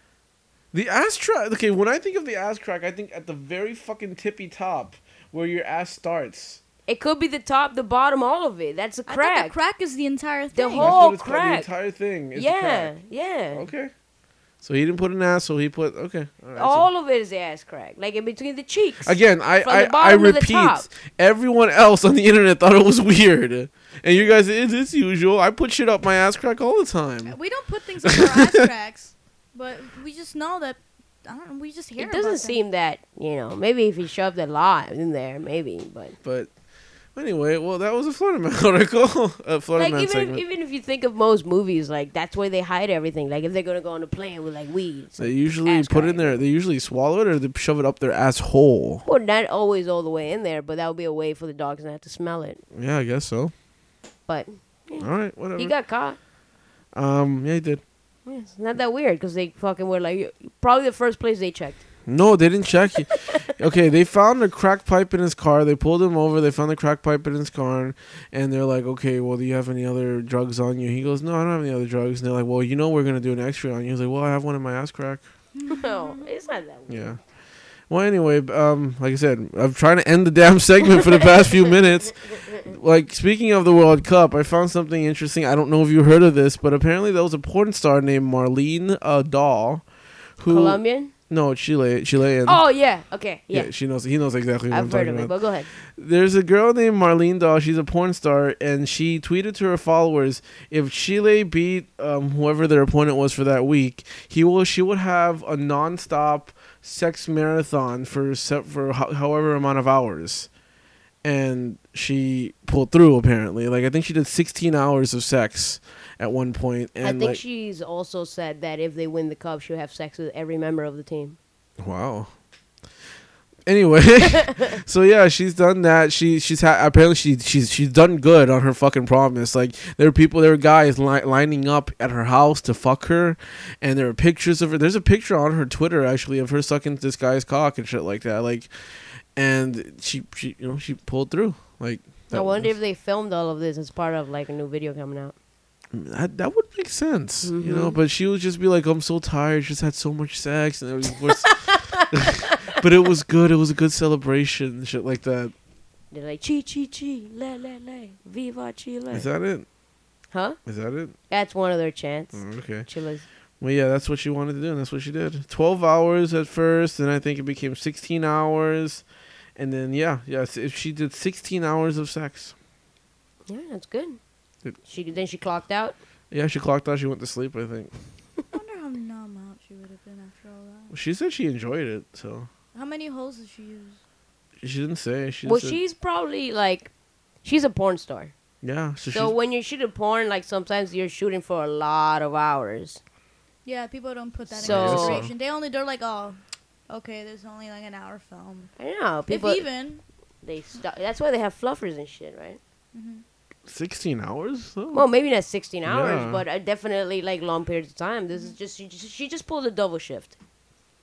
Speaker 5: The ass crack. Okay, when I think of the ass crack, I think at the very fucking tippy top where your ass starts.
Speaker 3: It could be the top, the bottom, all of it. That's a
Speaker 1: I thought
Speaker 3: crack.
Speaker 1: the crack is the entire thing.
Speaker 3: The
Speaker 5: That's
Speaker 3: whole- Oh,
Speaker 5: what it's called. The
Speaker 3: crack.
Speaker 5: entire thing. Is the
Speaker 3: yeah,
Speaker 5: crack.
Speaker 3: yeah.
Speaker 5: Okay. So he didn't put an asshole. He put okay. All right, so-
Speaker 3: All of it is ass crack, like in between the cheeks.
Speaker 5: Again, I
Speaker 3: From the
Speaker 5: I, I
Speaker 3: bottom to the top.
Speaker 5: repeat. Everyone else on the internet thought it was weird, and you guys, it's, it's usual. I put shit up my ass crack all the time.
Speaker 1: We don't put things in our ass cracks, but we just know that. I don't. know, We just hear.
Speaker 3: It doesn't
Speaker 1: about them.
Speaker 3: seem that you know. Maybe if he shoved a lot in there, maybe. But
Speaker 5: But anyway, well, that was a Florida man (laughs) article. A Florida
Speaker 3: like
Speaker 5: man
Speaker 3: even
Speaker 5: segment.
Speaker 3: even if you think of most movies, like that's where they hide everything. Like if they're gonna go on a plane with like weed,
Speaker 5: they usually
Speaker 3: ass
Speaker 5: put it
Speaker 3: crack.
Speaker 5: in there. They usually swallow it or they shove it up their asshole.
Speaker 3: Well, not always all the way in there, but that would be a way for the dogs not to smell it.
Speaker 5: Yeah, I guess so.
Speaker 3: But
Speaker 5: All right, whatever.
Speaker 3: he got caught.
Speaker 5: um, yeah, he did.
Speaker 3: Yeah, It's not that weird because they fucking were like probably the first place they checked.
Speaker 5: No, they didn't check. (laughs) okay, they found a crack pipe in his car. They pulled him over. They found the crack pipe in his car, and they're like, "Okay, well, do you have any other drugs on you?" He goes, "No, I don't have any other drugs." And they're like, "Well, you know, we're gonna do an X-ray on you." He's like, "Well, I have one in my ass crack."
Speaker 3: No, it's not that.
Speaker 5: Yeah. Well, anyway, b- um, like I said, I'm trying to end the damn segment for the past few minutes. Like speaking of the World Cup, I found something interesting. I don't know if you heard of this, but apparently there was a porn star named Marlene uh, Dahl, who
Speaker 3: Colombian?
Speaker 5: no Chile Chilean.
Speaker 3: Oh yeah. Okay. Yeah.
Speaker 5: yeah. she knows. He knows exactly what i am
Speaker 3: I've heard
Speaker 5: talking
Speaker 3: of it,
Speaker 5: about.
Speaker 3: but go ahead.
Speaker 5: There's a girl named Marlene Dahl. She's a porn star, and she tweeted to her followers, "If Chile beat um, whoever their opponent was for that week, he will. She would have a nonstop sex marathon for se- for ho- however amount of hours." And she pulled through. Apparently, like I think she did 16 hours of sex at one point. And
Speaker 3: I think
Speaker 5: like,
Speaker 3: she's also said that if they win the cup, she'll have sex with every member of the team.
Speaker 5: Wow. Anyway, (laughs) so yeah, she's done that. She she's ha- apparently she she's she's done good on her fucking promise. Like there were people, there were guys li- lining up at her house to fuck her, and there are pictures of her. There's a picture on her Twitter actually of her sucking this guy's cock and shit like that. Like, and she she you know she pulled through. Like
Speaker 3: I
Speaker 5: that
Speaker 3: wonder
Speaker 5: was-
Speaker 3: if they filmed all of this as part of like a new video coming out.
Speaker 5: that, that would make sense,
Speaker 3: Mm-hmm.
Speaker 5: you know. But she would just be like, "I'm so tired. Just had so much sex, and it was, was (laughs) but it was good. It was a good celebration, shit like that.
Speaker 3: They're like chi chi chi le le le viva Chile.
Speaker 5: Is that it?
Speaker 3: huh?
Speaker 5: Is that it?
Speaker 3: That's one of their chants.
Speaker 5: Oh, okay.
Speaker 3: Chile's
Speaker 5: Well, yeah, that's what she wanted to do, and that's what she did. Twelve hours at first, and I think it became sixteen hours, and then yeah, yeah, s- if she did sixteen hours of sex.
Speaker 3: yeah, that's good.
Speaker 5: It-
Speaker 3: She then she clocked out.
Speaker 5: Yeah, she clocked out. She went to sleep. I think
Speaker 1: I wonder how numb out she would have been after all that.
Speaker 5: she said she enjoyed it, so
Speaker 1: How many holes did she use?
Speaker 5: she didn't say. She
Speaker 3: well,
Speaker 5: just said-
Speaker 3: she's probably like, she's a porn star.
Speaker 5: yeah.
Speaker 3: So
Speaker 5: So, she's-
Speaker 3: when you shoot a porn, like sometimes you're shooting for a lot of hours.
Speaker 1: Yeah, people don't put that
Speaker 3: So-
Speaker 1: in consideration. They only they're like, oh, okay, there's only like an hour film,
Speaker 3: I know people.
Speaker 1: if even.
Speaker 3: They stu That's why they have fluffers and shit, right?
Speaker 1: mm-hmm.
Speaker 5: sixteen hours. Oh. though?
Speaker 3: Well, maybe not 16 hours,
Speaker 5: Yeah.
Speaker 3: but uh, definitely like long periods of time. This is just she just, she just pulled a double shift.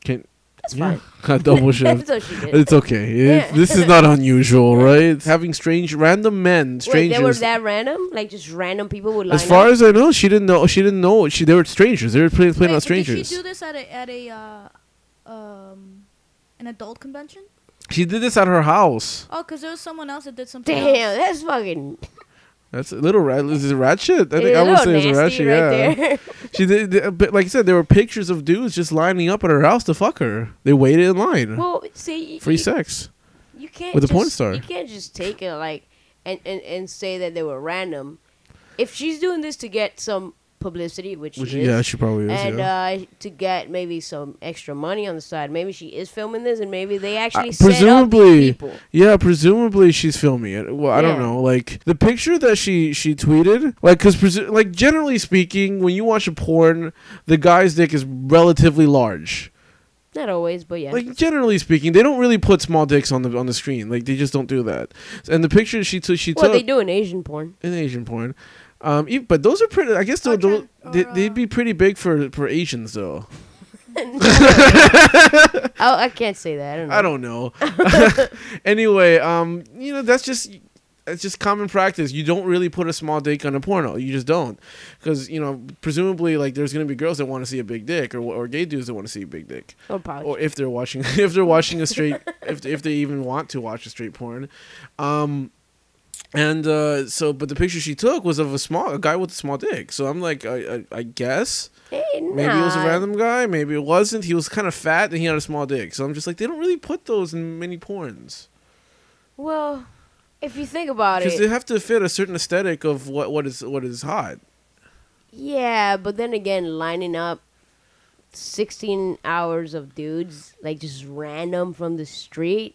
Speaker 5: Can-
Speaker 3: That's
Speaker 5: Yeah,
Speaker 3: fine.
Speaker 5: a (laughs)
Speaker 3: (laughs)
Speaker 5: double
Speaker 3: That's
Speaker 5: shift.
Speaker 3: what she did.
Speaker 5: It's okay. It-
Speaker 3: (laughs) Yeah.
Speaker 5: This is not unusual, right? Having strange, random men,
Speaker 3: Wait, they were
Speaker 5: strangers.
Speaker 3: that random? Like just random people would line
Speaker 5: as far
Speaker 3: up?
Speaker 5: as I know, she didn't know. She didn't know. She they were strangers. They were playing playing
Speaker 1: Wait,
Speaker 5: out
Speaker 1: but did she
Speaker 5: strangers.
Speaker 1: do this at a at a uh, um an adult convention?
Speaker 5: She did this at her house.
Speaker 1: Oh, cause there was someone else that did something.
Speaker 3: Damn,
Speaker 1: else.
Speaker 3: that's fucking.
Speaker 5: That's a little rat. Is it rat shit? I
Speaker 3: I
Speaker 5: think I would say it's rat
Speaker 3: nasty
Speaker 5: shit.
Speaker 3: right
Speaker 5: yeah.
Speaker 3: there. (laughs)
Speaker 5: she did, did- but like I said, there were pictures of dudes just lining up at her house to fuck her. They waited in line.
Speaker 3: well, see,
Speaker 5: Free
Speaker 3: you,
Speaker 5: sex.
Speaker 3: you can't
Speaker 5: with a
Speaker 3: just,
Speaker 5: porn star.
Speaker 3: You can't just take it like and, and and say that they were random. If she's doing this to get some publicity, which,
Speaker 5: Which
Speaker 3: she is,
Speaker 5: yeah, she probably is.
Speaker 3: and
Speaker 5: yeah.
Speaker 3: uh, to get maybe some extra money on the side. Maybe she is filming this, and maybe they actually
Speaker 5: Uh,
Speaker 3: set up
Speaker 5: presumably,
Speaker 3: these people.
Speaker 5: Yeah, presumably she's filming it. Well, I don't
Speaker 3: Yeah.
Speaker 5: know. Like the picture that she she tweeted, like because presu- like generally speaking, when you watch a porn, the guy's dick is relatively large.
Speaker 3: Not always, but yeah.
Speaker 5: Like generally speaking, they don't really put small dicks on the on the screen. Like they just don't do that. And the picture she took, she
Speaker 3: well,
Speaker 5: took
Speaker 3: they do in Asian porn.
Speaker 5: in Asian porn. Um, e- but those are pretty. I guess those,
Speaker 1: Or tran-
Speaker 5: those they,
Speaker 1: or,
Speaker 5: they'd
Speaker 1: uh,
Speaker 5: be pretty big for for Asians though.
Speaker 3: Oh, I, I can't say that. I don't know.
Speaker 5: I don't know. (laughs) anyway, um, you know that's just it's just common practice. You don't really put a small dick on a porno. You just don't, because you know presumably like there's gonna be girls that want to see a big dick or or gay dudes that want to see a big dick,
Speaker 3: Or probably.
Speaker 5: or if they're watching (laughs) if they're watching a straight if if they even want to watch a straight porn, um. And uh, so, but the picture she took was of a small a guy with a small dick. So I'm like, I, I, I guess
Speaker 3: Hey,
Speaker 5: Maybe it was a
Speaker 3: nah.
Speaker 5: random guy. Maybe it wasn't. He was kind of fat and he had a small dick. So I'm just like, they don't really put those in many porns
Speaker 3: Well, if you think about
Speaker 5: because
Speaker 3: it,
Speaker 5: they have to fit a certain aesthetic of what what is what is hot.
Speaker 3: yeah. But then again, lining up sixteen hours of dudes like just random from the street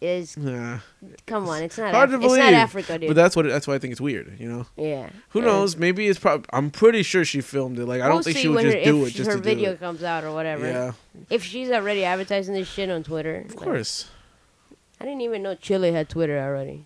Speaker 3: is
Speaker 5: Yeah,
Speaker 3: come on. It's not.
Speaker 5: Mm, hard
Speaker 3: Af-
Speaker 5: to believe.
Speaker 3: It's not Africa, dude.
Speaker 5: But that's what that's why I think it's weird. You know,
Speaker 3: yeah.
Speaker 5: who
Speaker 3: Yeah.
Speaker 5: knows? Maybe it's probably. I'm pretty sure she filmed it. Like I
Speaker 3: We'll
Speaker 5: don't think she
Speaker 3: see
Speaker 5: would
Speaker 3: when
Speaker 5: just
Speaker 3: her,
Speaker 5: do
Speaker 3: if
Speaker 5: it just
Speaker 3: her
Speaker 5: to
Speaker 3: video
Speaker 5: do
Speaker 3: comes out or
Speaker 5: it.
Speaker 3: whatever.
Speaker 5: Yeah,
Speaker 3: If she's already advertising this shit on Twitter,
Speaker 5: of
Speaker 3: like,
Speaker 5: course.
Speaker 3: I didn't even know Chile had Twitter already.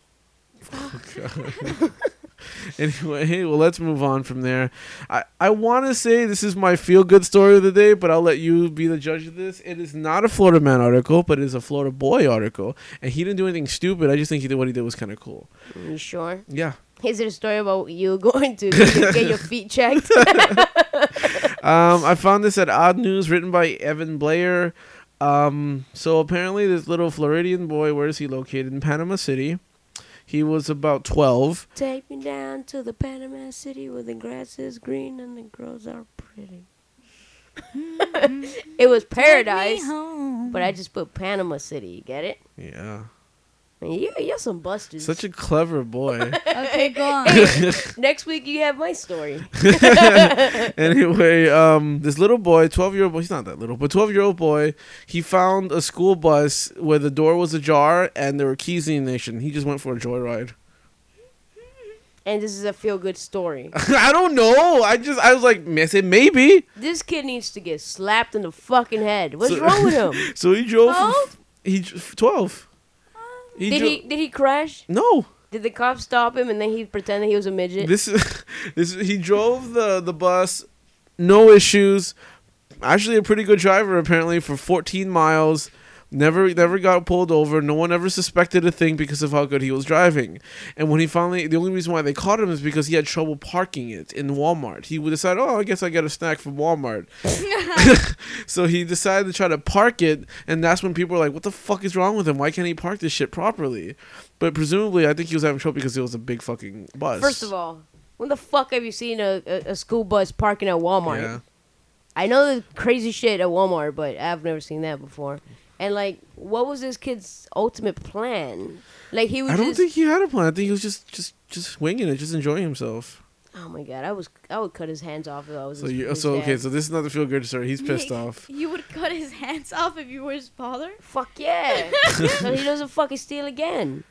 Speaker 5: (laughs) anyway, well, let's move on from there. I, I want to say this is my feel good story of the day, but I'll let you be the judge of this. It is not a Florida man article, but it is a Florida boy article. And he didn't do anything stupid. I just think he did what he did was kind of cool.
Speaker 3: You sure?
Speaker 5: Yeah.
Speaker 3: Is it a story about you (laughs) going to
Speaker 5: (laughs)
Speaker 3: get your feet checked?
Speaker 5: Um, I found this at Odd News, written by Evan Blair. Um, so apparently, this little Floridian boy, where is he located? In Panama City. He was about 12.
Speaker 3: Take me down to the Panama City where the grass is green and the girls are pretty. (laughs) it was paradise, but I just put Panama City. You get it?
Speaker 5: Yeah.
Speaker 3: Man, you, you're some busters.
Speaker 5: Such a clever boy. (laughs)
Speaker 1: Okay, go on.
Speaker 3: Next week you have my
Speaker 5: (laughs)
Speaker 3: story.
Speaker 5: anyway, um, this little boy, twelve year old boy, he's not that little, but twelve year old boy, he found a school bus where the door was ajar and there were keys in the ignition. He just went for a joyride. (laughs)
Speaker 3: And this is a feel good story.
Speaker 5: I don't know. I just I was like, I said maybe.
Speaker 3: This kid needs to get slapped in the fucking head. What's
Speaker 5: So-
Speaker 3: wrong with him?
Speaker 5: (laughs) So he drove. from-
Speaker 1: Twelve?
Speaker 5: he dr- twelve. He
Speaker 3: Did
Speaker 5: dro-
Speaker 3: he did he crash?
Speaker 5: No.
Speaker 3: Did the cops stop him and then he pretended he was a midget?
Speaker 5: This (laughs) is this he drove the the bus, no issues. Actually, a pretty good driver apparently for 14 miles. Never never got pulled over. No one ever suspected a thing because of how good he was driving. And when he finally, the only reason why they caught him is because he had trouble parking it in Walmart. He would decide, oh, I guess I get a snack from Walmart.
Speaker 3: (laughs)
Speaker 5: (laughs) so he decided to try to park it, and that's when people were like, "What the fuck is wrong with him? Why can't he park this shit properly?" But presumably, I think he was having trouble because it was a big fucking bus.
Speaker 3: First of all, when the fuck have you seen a, a, a school bus parking at Walmart?
Speaker 5: Yeah.
Speaker 3: I know the crazy shit at Walmart, but I've never seen that before. And like, what was this kid's ultimate plan? Like he was
Speaker 5: I don't
Speaker 3: just
Speaker 5: think he had a plan. I think he was just just just winging it, just enjoying himself.
Speaker 3: Oh my god, I was I would cut his hands off if I was
Speaker 5: So
Speaker 3: his,
Speaker 5: you
Speaker 3: his
Speaker 5: so okay,
Speaker 3: dad.
Speaker 5: so this is not the feel good story. He's pissed
Speaker 1: (laughs)
Speaker 5: off.
Speaker 1: You would cut his hands off if you were his father.
Speaker 3: Fuck
Speaker 5: (laughs)
Speaker 3: yeah. so he doesn't fucking steal again.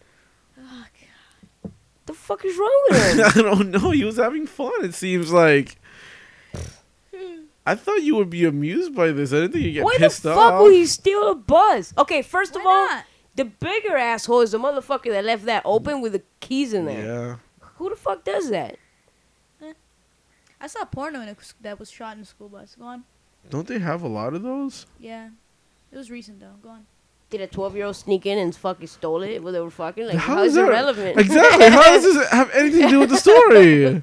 Speaker 3: The fuck is wrong with him?
Speaker 5: (laughs) I don't know. He was having fun. It seems like. I thought you would be amused by this. I didn't think you get
Speaker 3: Why the
Speaker 5: pissed
Speaker 3: fuck
Speaker 5: off.
Speaker 3: would he steal a bus? Okay, first of
Speaker 1: Why
Speaker 3: all,
Speaker 1: not?
Speaker 3: the bigger asshole is the motherfucker that left that open with the keys in there.
Speaker 5: yeah.
Speaker 3: Who the fuck does that?
Speaker 1: I saw porno in a, s- that was shot in a school bus. Go on.
Speaker 5: Don't they have a lot of those?
Speaker 1: Yeah. It was recent though. Go on.
Speaker 3: Did a twelve year old sneak in and fucking stole it while they were fucking? Like
Speaker 5: How
Speaker 3: how
Speaker 5: is
Speaker 3: is it
Speaker 5: that-
Speaker 3: relevant?
Speaker 5: Exactly. How does this have anything to do with the story?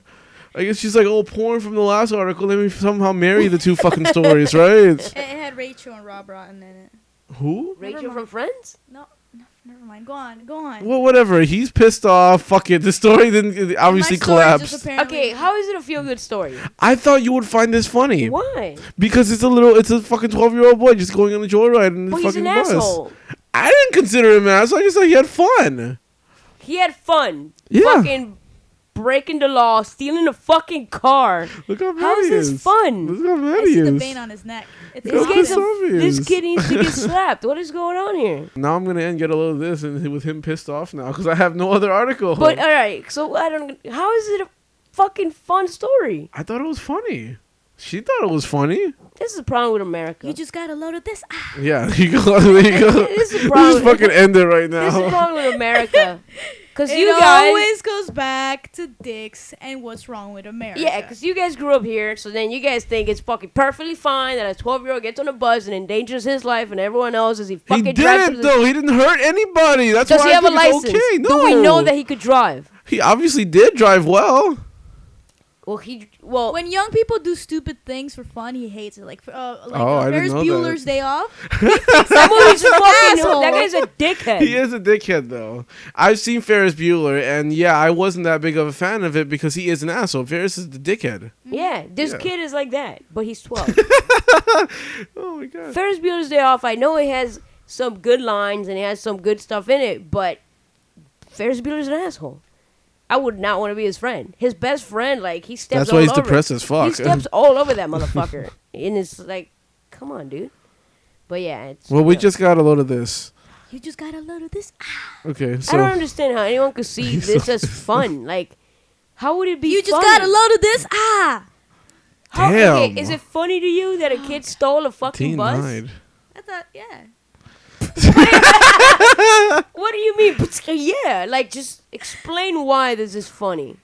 Speaker 5: I guess she's like, oh, porn from the last article. Let me somehow marry the two fucking stories, right?
Speaker 1: (laughs)
Speaker 3: (laughs)
Speaker 1: It, it had Rachel and Rob Rotten in it.
Speaker 5: Who?
Speaker 3: (laughs) Rachel
Speaker 1: Never
Speaker 3: from
Speaker 1: mind.
Speaker 3: Friends?
Speaker 1: No, no, never mind. Go on. Go on.
Speaker 5: Well, whatever. He's pissed off. Fuck it. The story didn't it
Speaker 1: My
Speaker 5: obviously
Speaker 1: story just
Speaker 5: collapsed.
Speaker 1: apparently-
Speaker 3: Okay, how is it a feel good story?
Speaker 5: I thought you would find this funny
Speaker 3: Why?
Speaker 5: because it's a little, it's a fucking twelve-year-old boy just going on a joyride in the
Speaker 3: Well, he's
Speaker 5: fucking
Speaker 3: an
Speaker 5: bus.
Speaker 3: asshole.
Speaker 5: I didn't consider him an asshole. I just thought he had fun.
Speaker 3: He had fun.
Speaker 5: Yeah.
Speaker 3: Fucking breaking the law, stealing a fucking car.
Speaker 5: Look how mad
Speaker 3: How
Speaker 5: he
Speaker 3: is this
Speaker 5: is.
Speaker 3: fun?
Speaker 5: Look how mad
Speaker 1: I
Speaker 5: he
Speaker 1: see
Speaker 5: is.
Speaker 1: the vein on his neck. It's
Speaker 3: This,
Speaker 5: This It's
Speaker 1: obvious.
Speaker 3: kid's
Speaker 5: so
Speaker 3: a- this
Speaker 5: obvious.
Speaker 3: kid needs to get
Speaker 5: (laughs)
Speaker 3: slapped. What is going on here?
Speaker 5: Now I'm gonna end get a little of this and with him pissed off now because I have no other article.
Speaker 3: But uh, all right, so I don't. How is it a fucking fun story?
Speaker 5: I thought it was funny. She thought it was funny.
Speaker 3: This is the problem with America.
Speaker 1: You just got a load of this. Ah,
Speaker 5: Yeah, (laughs) there you
Speaker 3: (laughs)
Speaker 5: go. There you go. (laughs)
Speaker 3: This is
Speaker 5: Let's
Speaker 3: probably-
Speaker 5: just fucking end it right
Speaker 3: this is the
Speaker 5: now.
Speaker 3: problem with
Speaker 1: (laughs)
Speaker 3: America. Cause
Speaker 1: it
Speaker 3: you guys,
Speaker 1: always goes back to dicks and what's wrong with America.
Speaker 3: yeah, cause you guys grew up here, so then you guys think it's fucking perfectly fine that a twelve-year-old gets on a bus and endangers his life and everyone else as he
Speaker 5: He
Speaker 3: fucking drives.
Speaker 5: didn't
Speaker 3: through the-
Speaker 5: though. He didn't hurt anybody. That's
Speaker 3: Does
Speaker 5: why
Speaker 3: he have
Speaker 5: I
Speaker 3: a
Speaker 5: think it's
Speaker 3: license?
Speaker 5: okay. No.
Speaker 3: Do we know that he could drive?
Speaker 5: he obviously did drive well?
Speaker 3: Well, he well
Speaker 1: When young people do stupid things for fun, he hates it. Like, for- uh, like
Speaker 5: Oh, I
Speaker 1: uh,
Speaker 5: didn't
Speaker 1: Ferris
Speaker 5: know that.
Speaker 1: Bueller's Day Off.
Speaker 3: that movie's
Speaker 1: He's an
Speaker 3: fucking
Speaker 1: asshole.
Speaker 3: that guy's a dickhead.
Speaker 5: (laughs) He is a dickhead though. I've seen Ferris Bueller, and yeah, I wasn't that big of a fan of it because he is an asshole. Ferris is the dickhead.
Speaker 3: Yeah, this
Speaker 5: Yeah.
Speaker 3: kid is like that, but he's twelve.
Speaker 5: Oh my god.
Speaker 3: Ferris Bueller's Day Off. I know it has some good lines and it has some good stuff in it, but Ferris Bueller's an asshole. I would not want to be his friend. His best friend, like he steps.
Speaker 5: That's why
Speaker 3: all
Speaker 5: he's
Speaker 3: over it.
Speaker 5: depressed as fuck.
Speaker 3: He steps all over that motherfucker, and it's like, come on, dude. But yeah, it's,
Speaker 5: Well, we just got a load of this.
Speaker 1: You just got a load of this. Ah.
Speaker 3: I
Speaker 5: Okay,
Speaker 3: don't
Speaker 5: so
Speaker 3: understand how anyone could see this as fun. Like, how would it be?
Speaker 1: You just
Speaker 3: funny?
Speaker 1: got a load of this. Ah.
Speaker 3: How,
Speaker 5: Damn.
Speaker 3: Okay, is it funny to you that a kid stole a fucking
Speaker 5: T
Speaker 3: bus?
Speaker 5: nine.
Speaker 1: I thought, yeah.
Speaker 3: (laughs) What do you mean? But, yeah, like just explain why this is funny.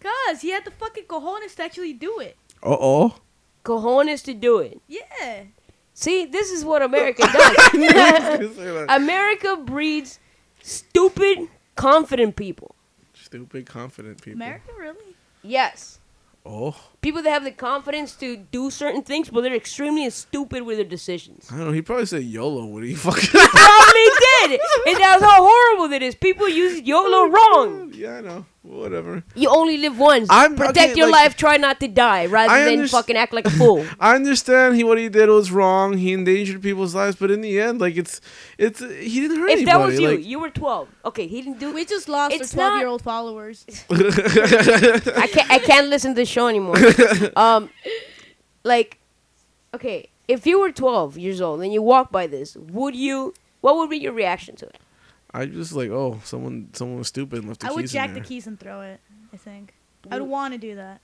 Speaker 1: Cause he had the fucking cojones to actually do it.
Speaker 5: Uh oh.
Speaker 3: (laughs) Cojones to do it.
Speaker 1: Yeah.
Speaker 3: See, this is what
Speaker 5: (laughs)
Speaker 3: America does. America breeds stupid, confident people.
Speaker 5: Stupid confident people.
Speaker 1: America really?
Speaker 3: Yes.
Speaker 5: Oh,
Speaker 3: People that have the confidence to do certain things, but they're extremely stupid with their
Speaker 5: (laughs)
Speaker 3: decisions.
Speaker 5: I don't know. He probably said YOLO when he (laughs)
Speaker 3: (laughs)
Speaker 5: fucking.
Speaker 3: Probably did. And that's how horrible that is. People use
Speaker 5: Oh
Speaker 3: YOLO wrong.
Speaker 5: yeah, I know. Whatever.
Speaker 3: You only live once.
Speaker 5: I'm-
Speaker 3: Protect
Speaker 5: okay,
Speaker 3: your
Speaker 5: like-
Speaker 3: life. Try not to die, rather
Speaker 5: I
Speaker 3: than
Speaker 5: underst-
Speaker 3: fucking act like a
Speaker 5: (laughs)
Speaker 3: fool.
Speaker 5: I understand he what he did was wrong. He endangered people's lives, but in the end, like it's it's he didn't hurt
Speaker 3: if
Speaker 5: anybody.
Speaker 3: that was you,
Speaker 5: like-
Speaker 3: you were 12. Okay, he didn't do
Speaker 1: We
Speaker 3: it.
Speaker 1: just lost
Speaker 3: It's
Speaker 1: our twelve year old (laughs) followers.
Speaker 3: I can't. I can't listen to the show anymore. um, like, okay, if you were 12 years old and you walked by this, would you? What would be your reaction to it?
Speaker 5: (laughs) I just like oh someone someone was stupid and left the
Speaker 1: I would
Speaker 5: keys in
Speaker 1: jack the
Speaker 5: there.
Speaker 1: keys and throw it. I think. I'd want to do that.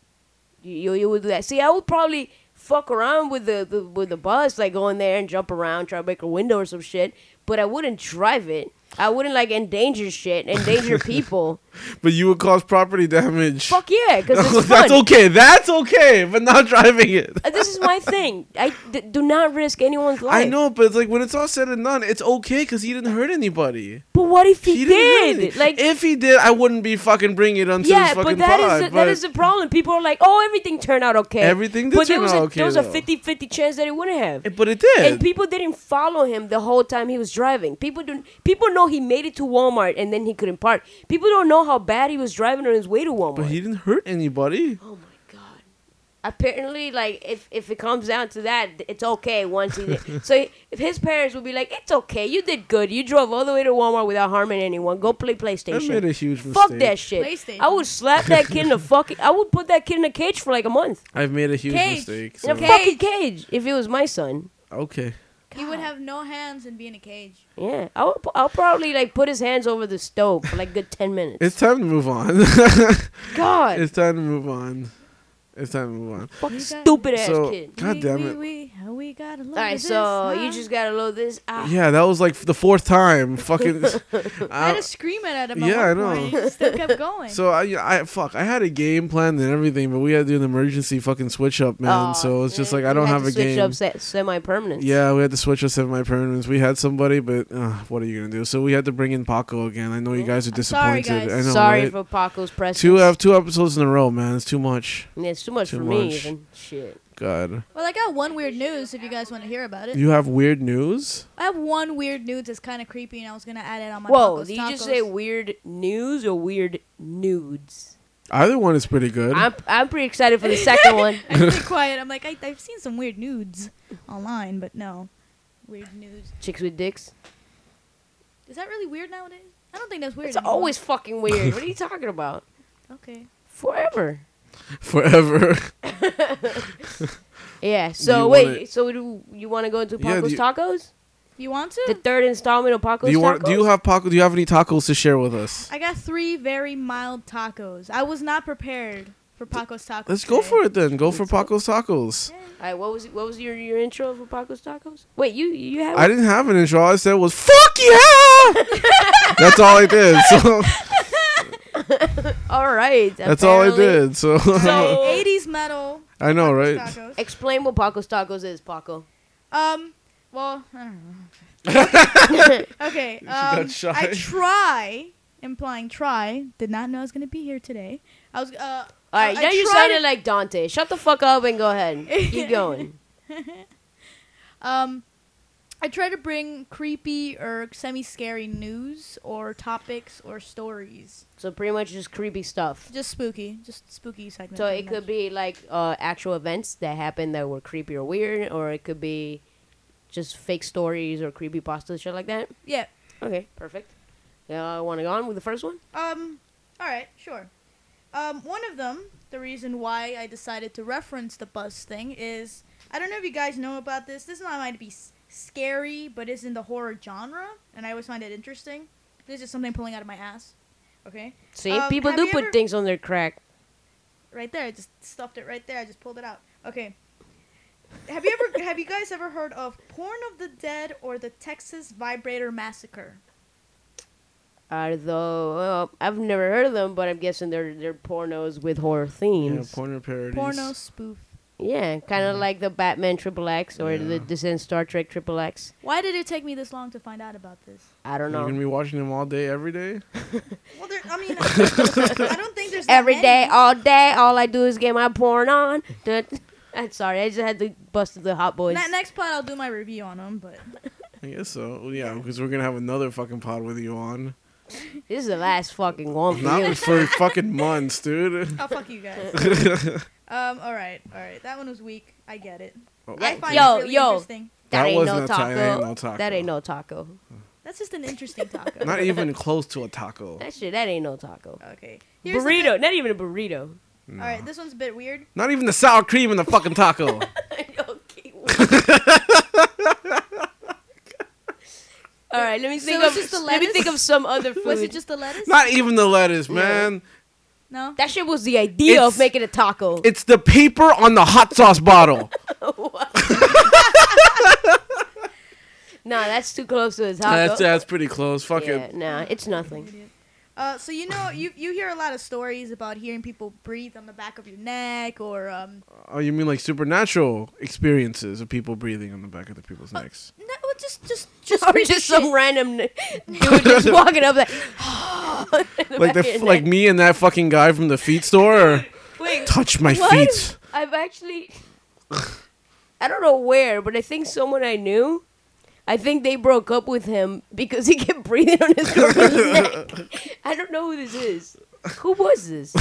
Speaker 3: You, you would do that. See, I would probably fuck around with the, the with the bus, like go in there and jump around, try to break a window or some shit. But I wouldn't drive it. I wouldn't like endanger shit,
Speaker 5: (laughs)
Speaker 3: endanger people.
Speaker 5: But you would cause property damage.
Speaker 3: Fuck yeah, because it's fun.
Speaker 5: (laughs) that's okay. That's okay, but not (laughs) driving it.
Speaker 3: Uh, This is my thing. I d- do not risk anyone's life.
Speaker 5: I know, but it's like when it's all said and done, it's okay because he didn't hurt anybody.
Speaker 3: But what if he,
Speaker 5: didn't hurt
Speaker 3: did?
Speaker 5: any-
Speaker 3: Like,
Speaker 5: if he did, I wouldn't be fucking bringing (laughs) it onto this
Speaker 3: yeah,
Speaker 5: fucking
Speaker 3: but that is
Speaker 5: pod,
Speaker 3: the,
Speaker 5: but
Speaker 3: that is the problem. People are like, "Oh, everything turned out okay."
Speaker 5: Everything did
Speaker 3: but there
Speaker 5: turn
Speaker 3: was
Speaker 5: out
Speaker 3: a,
Speaker 5: okay,
Speaker 3: There was a
Speaker 5: though.
Speaker 3: 50-50 chance that it wouldn't have.
Speaker 5: but it did.
Speaker 3: And people didn't follow him the whole time he was driving. People do People know he made it to Walmart and then he couldn't park. People don't know how bad he was driving on his way to Walmart.
Speaker 5: but he didn't hurt anybody.
Speaker 3: oh my god! Apparently, like if if it comes down to that, it's okay once he.
Speaker 5: (laughs)
Speaker 3: Did. so if his parents would be like, "It's okay, you did good. You drove all the way to Walmart without harming anyone. Go play
Speaker 5: I
Speaker 3: PlayStation."
Speaker 5: made a huge mistake.
Speaker 3: Fuck that shit.
Speaker 1: PlayStation.
Speaker 3: I would slap that kid in
Speaker 5: (laughs)
Speaker 3: the fucking. I would put that kid in a cage for like a month.
Speaker 5: I've made a huge
Speaker 1: Cage.
Speaker 5: mistake.
Speaker 3: In a
Speaker 5: so-
Speaker 3: fucking cage. If it was my son,
Speaker 5: Okay.
Speaker 1: He would have no hands and be in a cage.
Speaker 3: yeah, I would. pu- I'll probably like put his hands over the stove for like good ten minutes.
Speaker 5: It's time to move on.
Speaker 3: God,
Speaker 5: it's time to move on. It's time to move on.
Speaker 3: fucking
Speaker 1: got-
Speaker 3: stupid ass
Speaker 5: So-
Speaker 3: kid.
Speaker 5: God
Speaker 1: We-
Speaker 5: damn
Speaker 1: we-
Speaker 5: it.
Speaker 1: We, we gotta look
Speaker 3: All right,
Speaker 1: at this,
Speaker 3: so
Speaker 1: huh?
Speaker 3: you just gotta load this. Ah,
Speaker 5: Yeah, that was like the fourth
Speaker 3: (laughs)
Speaker 5: time. Fucking.
Speaker 1: I had
Speaker 5: (laughs) I-
Speaker 1: to scream it at him.
Speaker 5: Yeah, I
Speaker 1: at one point,
Speaker 5: know.
Speaker 1: and he still kept going.
Speaker 5: so I, I fuck. I had a game planned and everything, but we had to do an emergency fucking switch up, man.
Speaker 3: Aw,
Speaker 5: so it's just
Speaker 3: man,
Speaker 5: like I
Speaker 3: you
Speaker 5: don't
Speaker 3: had
Speaker 5: have
Speaker 3: to
Speaker 5: a
Speaker 3: switch
Speaker 5: game.
Speaker 3: Up se- semi-permanent.
Speaker 5: Yeah, we had to switch us semi permanents. We had somebody, but uh, what are you gonna do? So we had to bring in Paco again. I know you guys are
Speaker 1: sorry,
Speaker 5: disappointed.
Speaker 1: guys.
Speaker 5: I know,
Speaker 3: Sorry
Speaker 5: right?
Speaker 3: for Paco's presence.
Speaker 5: two have two episodes in a row, man. It's too much.
Speaker 3: Yeah, it's too much
Speaker 5: too
Speaker 3: for
Speaker 5: much.
Speaker 3: me. Even shit.
Speaker 5: God,
Speaker 1: well, I got one weird news if you guys want to hear about it.
Speaker 5: you have weird news.
Speaker 1: I have one weird news that's kind of creepy, and I was gonna add it on my.
Speaker 3: Whoa,
Speaker 1: tacos,
Speaker 3: did you just
Speaker 1: (laughs) tacos.
Speaker 3: say weird news or weird nudes?
Speaker 5: Either one is pretty good.
Speaker 3: I'm, I'm pretty excited for the second
Speaker 5: (laughs)
Speaker 3: one.
Speaker 1: I stayed quiet. I'm like, I, I've seen some weird nudes online, but no, weird nudes.
Speaker 3: Chicks with dicks.
Speaker 1: Is that really weird nowadays? I don't think that's weird.
Speaker 3: It's
Speaker 1: anymore.
Speaker 3: always fucking weird. What are
Speaker 5: (laughs)
Speaker 3: you talking about?
Speaker 1: okay.
Speaker 3: Forever.
Speaker 5: Forever.
Speaker 3: Yeah.
Speaker 5: Do
Speaker 3: So
Speaker 5: you
Speaker 3: wait.
Speaker 5: wanna-
Speaker 3: So do you want to go into
Speaker 5: Yeah, do
Speaker 3: Paco's
Speaker 5: you-
Speaker 3: Tacos?
Speaker 1: You want to?
Speaker 3: The third installment of Paco's
Speaker 5: do you
Speaker 3: Tacos.
Speaker 5: want? Do you have Paco? Do you have any tacos to share with us?
Speaker 1: I got three very mild tacos. I was not prepared for Paco's tacos.
Speaker 5: Let's go
Speaker 1: today.
Speaker 5: for it then. Go for Paco's tacos.
Speaker 3: All right. What was what was your, your intro for Paco's Tacos? Wait, you you have.
Speaker 5: I didn't have an intro. All I said was "fuck
Speaker 3: (laughs)
Speaker 5: yeah." That's all I did. So (laughs)
Speaker 3: all right.
Speaker 5: that's all I
Speaker 3: apparently.
Speaker 5: did.
Speaker 3: (laughs)
Speaker 5: So
Speaker 3: So-
Speaker 1: 80s metal
Speaker 5: (laughs) I know, right?
Speaker 1: tacos.
Speaker 3: Explain what Paco's Tacos is, Paco.
Speaker 1: Um, well, I
Speaker 3: (laughs)
Speaker 1: don't know.
Speaker 5: (laughs)
Speaker 1: okay.
Speaker 5: got
Speaker 1: Um,
Speaker 5: shy.
Speaker 1: I try, implying try, did not know I was going to be here today. I was, uh,
Speaker 3: All right.
Speaker 1: I- I
Speaker 3: now you
Speaker 1: tried-
Speaker 3: sounded like Dante. Shut the fuck up and go
Speaker 1: (laughs)
Speaker 3: ahead. Keep going.
Speaker 1: um, I try to bring creepy or semi scary news or topics or stories.
Speaker 3: So pretty much just creepy stuff.
Speaker 1: Just spooky. Just spooky segment.
Speaker 3: So
Speaker 1: pretty
Speaker 3: it could
Speaker 1: much.
Speaker 3: be like uh, actual events that happened that were creepy or weird, or it could be just fake stories or creepy pasta shit like that.
Speaker 1: Yeah.
Speaker 3: Okay, perfect. Yeah, I want to go on with the first one.
Speaker 1: Um, all right, sure. Um, one of them, the reason why I decided to reference the bus thing is I don't know if you guys know about this. This one might be s- scary, but is in the horror genre, and I always find it interesting. This is something pulling out of my ass. Okay,
Speaker 3: See,
Speaker 1: Um,
Speaker 3: people
Speaker 1: have
Speaker 3: do
Speaker 1: you
Speaker 3: put
Speaker 1: ever-
Speaker 3: things on their crack.
Speaker 1: right there. I just stuffed it right there. I just pulled it out. Okay. Have you
Speaker 3: (laughs)
Speaker 1: ever have you guys ever heard of Porn of the Dead or the Texas Vibrator Massacre?
Speaker 3: Are though uh, I've never heard of them, but I'm guessing they're they're pornos with horror themes.
Speaker 5: Yeah, porno parodies.
Speaker 1: Porno spoof.
Speaker 3: Yeah, kind of like the Batman Triple X or the
Speaker 5: Mm-hmm. Yeah.
Speaker 3: Descent Star Trek Triple X.
Speaker 1: Why did it take me this long to find out about this?
Speaker 3: I don't
Speaker 5: You're gonna
Speaker 3: know.
Speaker 5: be watching them all day, every day.
Speaker 1: Well, there, I mean, I don't think there's that
Speaker 3: Every
Speaker 1: many.
Speaker 3: day, all day, all I do is get my porn on. (laughs) Duh. I'm sorry, I just had to bust the hot boys.
Speaker 1: Ne- next pod, I'll do my review on them, but
Speaker 5: I guess so. Well, yeah, because we're gonna have another fucking pod with you on.
Speaker 3: This is the last fucking one for you. (laughs)
Speaker 5: Not for fucking months, dude.
Speaker 1: (laughs)
Speaker 5: (laughs)
Speaker 1: I'll fuck you guys. um, all right, all right. That one was weak. I get it.
Speaker 5: Oh,
Speaker 1: I find
Speaker 3: Yo,
Speaker 1: it really
Speaker 3: yo.
Speaker 1: interesting.
Speaker 5: That
Speaker 3: That ain't
Speaker 5: was
Speaker 3: no
Speaker 5: not ta-
Speaker 3: taco.
Speaker 5: that ain't no taco.
Speaker 3: That ain't no taco.
Speaker 1: That's just an (laughs) interesting taco.
Speaker 5: Not e-
Speaker 3: (laughs)
Speaker 5: even close to a taco.
Speaker 3: That shit, that ain't no taco.
Speaker 1: okay. Here's the
Speaker 3: burrito, not even a burrito. (laughs)
Speaker 1: bit- All right, this one's a bit weird.
Speaker 5: Not even the sour cream in the fucking taco.
Speaker 3: okay.
Speaker 5: (laughs)
Speaker 3: all right, let me think
Speaker 1: it's
Speaker 3: of
Speaker 1: just the
Speaker 3: let me think
Speaker 1: lettuce?
Speaker 3: of some other food.
Speaker 1: (laughs) Was it just the lettuce?
Speaker 5: Not even the lettuce, man.
Speaker 1: no.
Speaker 3: that shit was the idea
Speaker 5: It's-
Speaker 3: of making a taco.
Speaker 5: It's the paper on the hot sauce bottle.
Speaker 3: No, that's too close to the (laughs) taco.
Speaker 5: that's that's pretty close. Fuck
Speaker 3: yeah,
Speaker 5: it.
Speaker 3: nah, it's nothing.
Speaker 1: Uh, so you know, you you hear a lot of stories about hearing people breathe on the back of your neck, or um,
Speaker 5: Oh, you mean like supernatural experiences of people breathing on the back of the
Speaker 3: (laughs)
Speaker 5: people's necks?
Speaker 1: no, well, just just just
Speaker 3: Or
Speaker 1: creepy
Speaker 3: (laughs) just some
Speaker 1: shit.
Speaker 3: random n- dude
Speaker 5: (laughs)
Speaker 3: just walking up like, (laughs)
Speaker 5: Like the
Speaker 3: back of
Speaker 5: f-
Speaker 3: your
Speaker 5: like
Speaker 3: neck.
Speaker 5: me and that fucking guy from the feet store. Or
Speaker 3: (laughs) wait,
Speaker 5: touch my
Speaker 3: What?
Speaker 5: feet.
Speaker 3: I've actually, I don't know where, but I think someone I knew, I think they broke up with him because he (laughs) kept breathing on his girlfriend's
Speaker 5: (laughs)
Speaker 3: neck. I don't know who this is. Who was (laughs) this?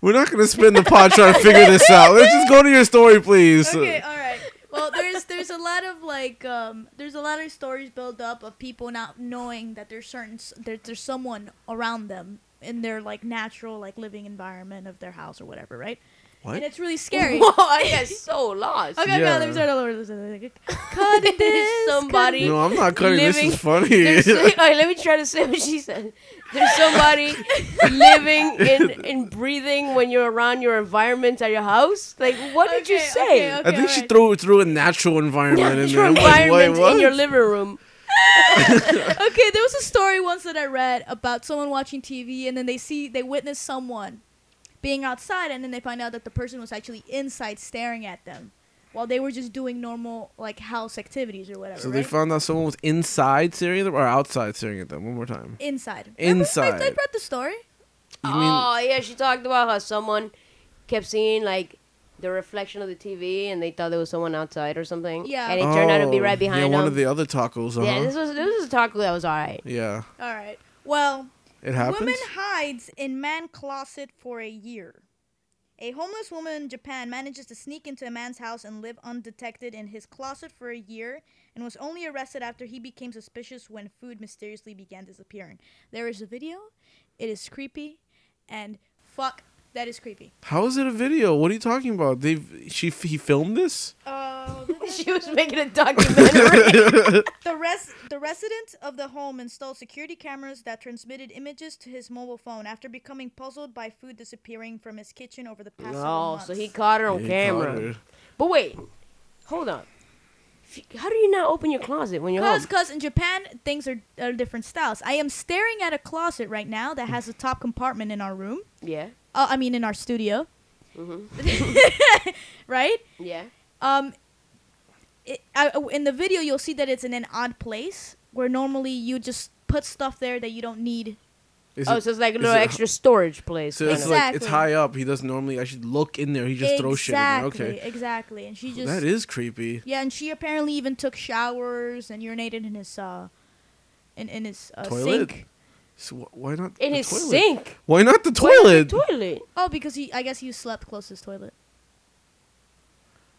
Speaker 5: We're not gonna spend the pod trying to
Speaker 3: (laughs)
Speaker 5: figure this out. Let's just go to your story, please. Uh,
Speaker 1: Okay, all right. Well, there's there's a lot of like um, there's a lot of stories built up of people not knowing that there's certain s- that there's someone around them in their like natural like living environment of their house or whatever, right?
Speaker 5: What?
Speaker 1: And it's really scary.
Speaker 3: Whoa, I got so
Speaker 1: (laughs)
Speaker 3: lost.
Speaker 1: Okay, okay,
Speaker 5: Yeah.
Speaker 1: let me start all over. Let me start all over. Cut
Speaker 3: (laughs)
Speaker 1: it,
Speaker 3: There's somebody.
Speaker 5: No, I'm not cutting. this
Speaker 3: Living-
Speaker 5: is funny. (laughs)
Speaker 3: There's, all right, let me try to say what she said. There's somebody living
Speaker 5: (laughs)
Speaker 3: in and breathing when you're around your environment at your house. Like, what did you
Speaker 1: Okay,
Speaker 3: say?
Speaker 1: okay, okay,
Speaker 5: I think
Speaker 1: all
Speaker 5: she
Speaker 1: right.
Speaker 5: threw threw a natural environment
Speaker 3: Your
Speaker 5: in there. I'm like, wait,
Speaker 3: environment
Speaker 5: what?
Speaker 3: in your living room.
Speaker 1: okay, there was a story once that I read about someone watching TV and then they see they witness someone being outside and then they find out that the person was actually inside staring at them while they were just doing normal like house activities or whatever.
Speaker 5: so
Speaker 1: right?
Speaker 5: they found out someone was inside staring at them or outside staring at them. One more time.
Speaker 1: inside. I,
Speaker 5: Inside.
Speaker 1: I read the story.
Speaker 5: You mean
Speaker 3: oh yeah, she talked about how someone kept seeing like the reflection of the TV, and they thought there was someone outside or something.
Speaker 1: Yeah.
Speaker 3: and it turned out to be
Speaker 5: Oh,
Speaker 3: right behind
Speaker 5: Yeah,
Speaker 3: them.
Speaker 5: one of the other tacos. Uh-huh.
Speaker 3: Yeah, this was this was a taco that was alright.
Speaker 5: yeah,
Speaker 1: All right. Well,
Speaker 5: it happens.
Speaker 1: Woman hides in man closet for a year. A homeless woman in Japan manages to sneak into a man's house and live undetected in his closet for a year and was only arrested after he became suspicious when food mysteriously began disappearing. There is a video. It is creepy and fuck that is creepy.
Speaker 5: How is it a video? What are you talking about? They she f- he filmed this.
Speaker 1: Oh,
Speaker 3: (laughs) she was making a
Speaker 5: (laughs)
Speaker 3: documentary.
Speaker 1: The res- the resident of the home installed security cameras that transmitted images to his mobile phone after becoming puzzled by food disappearing from his kitchen over the past several
Speaker 3: oh,
Speaker 1: months.
Speaker 3: so he caught her on
Speaker 5: He
Speaker 3: camera.
Speaker 5: caught her.
Speaker 3: But wait, hold on. F- How do you not open your closet when you're
Speaker 1: Cause,
Speaker 3: home?
Speaker 1: cause in Japan things are, are different styles. I am staring at a closet right now that has a top compartment in our room.
Speaker 3: Yeah, Mm-hmm.
Speaker 1: Uh, I mean, in our studio. right?
Speaker 3: yeah.
Speaker 1: Um, it, I, in the video, you'll see that it's in an odd place where normally you just put stuff there that you don't need.
Speaker 5: Is
Speaker 3: Oh,
Speaker 5: it-
Speaker 3: so it's like a
Speaker 5: is
Speaker 3: little
Speaker 5: it-
Speaker 3: extra storage place.
Speaker 5: So
Speaker 3: kind
Speaker 5: it's
Speaker 3: of.
Speaker 5: like it's
Speaker 1: Exactly.
Speaker 5: high up. He doesn't normally actually look in there. He just
Speaker 1: exactly,
Speaker 5: throws shit. In there. Okay,
Speaker 1: exactly. And she just
Speaker 5: that is creepy.
Speaker 1: yeah, and she apparently even took showers and urinated in his uh, in in his uh,
Speaker 5: Toilet?
Speaker 1: sink.
Speaker 5: So wh- why not
Speaker 3: in
Speaker 5: the
Speaker 3: his
Speaker 5: toilet?
Speaker 3: sink.
Speaker 5: Why not the
Speaker 3: Why not the
Speaker 5: toilet?
Speaker 3: toilet.
Speaker 1: Oh, because he I guess he slept close to his toilet.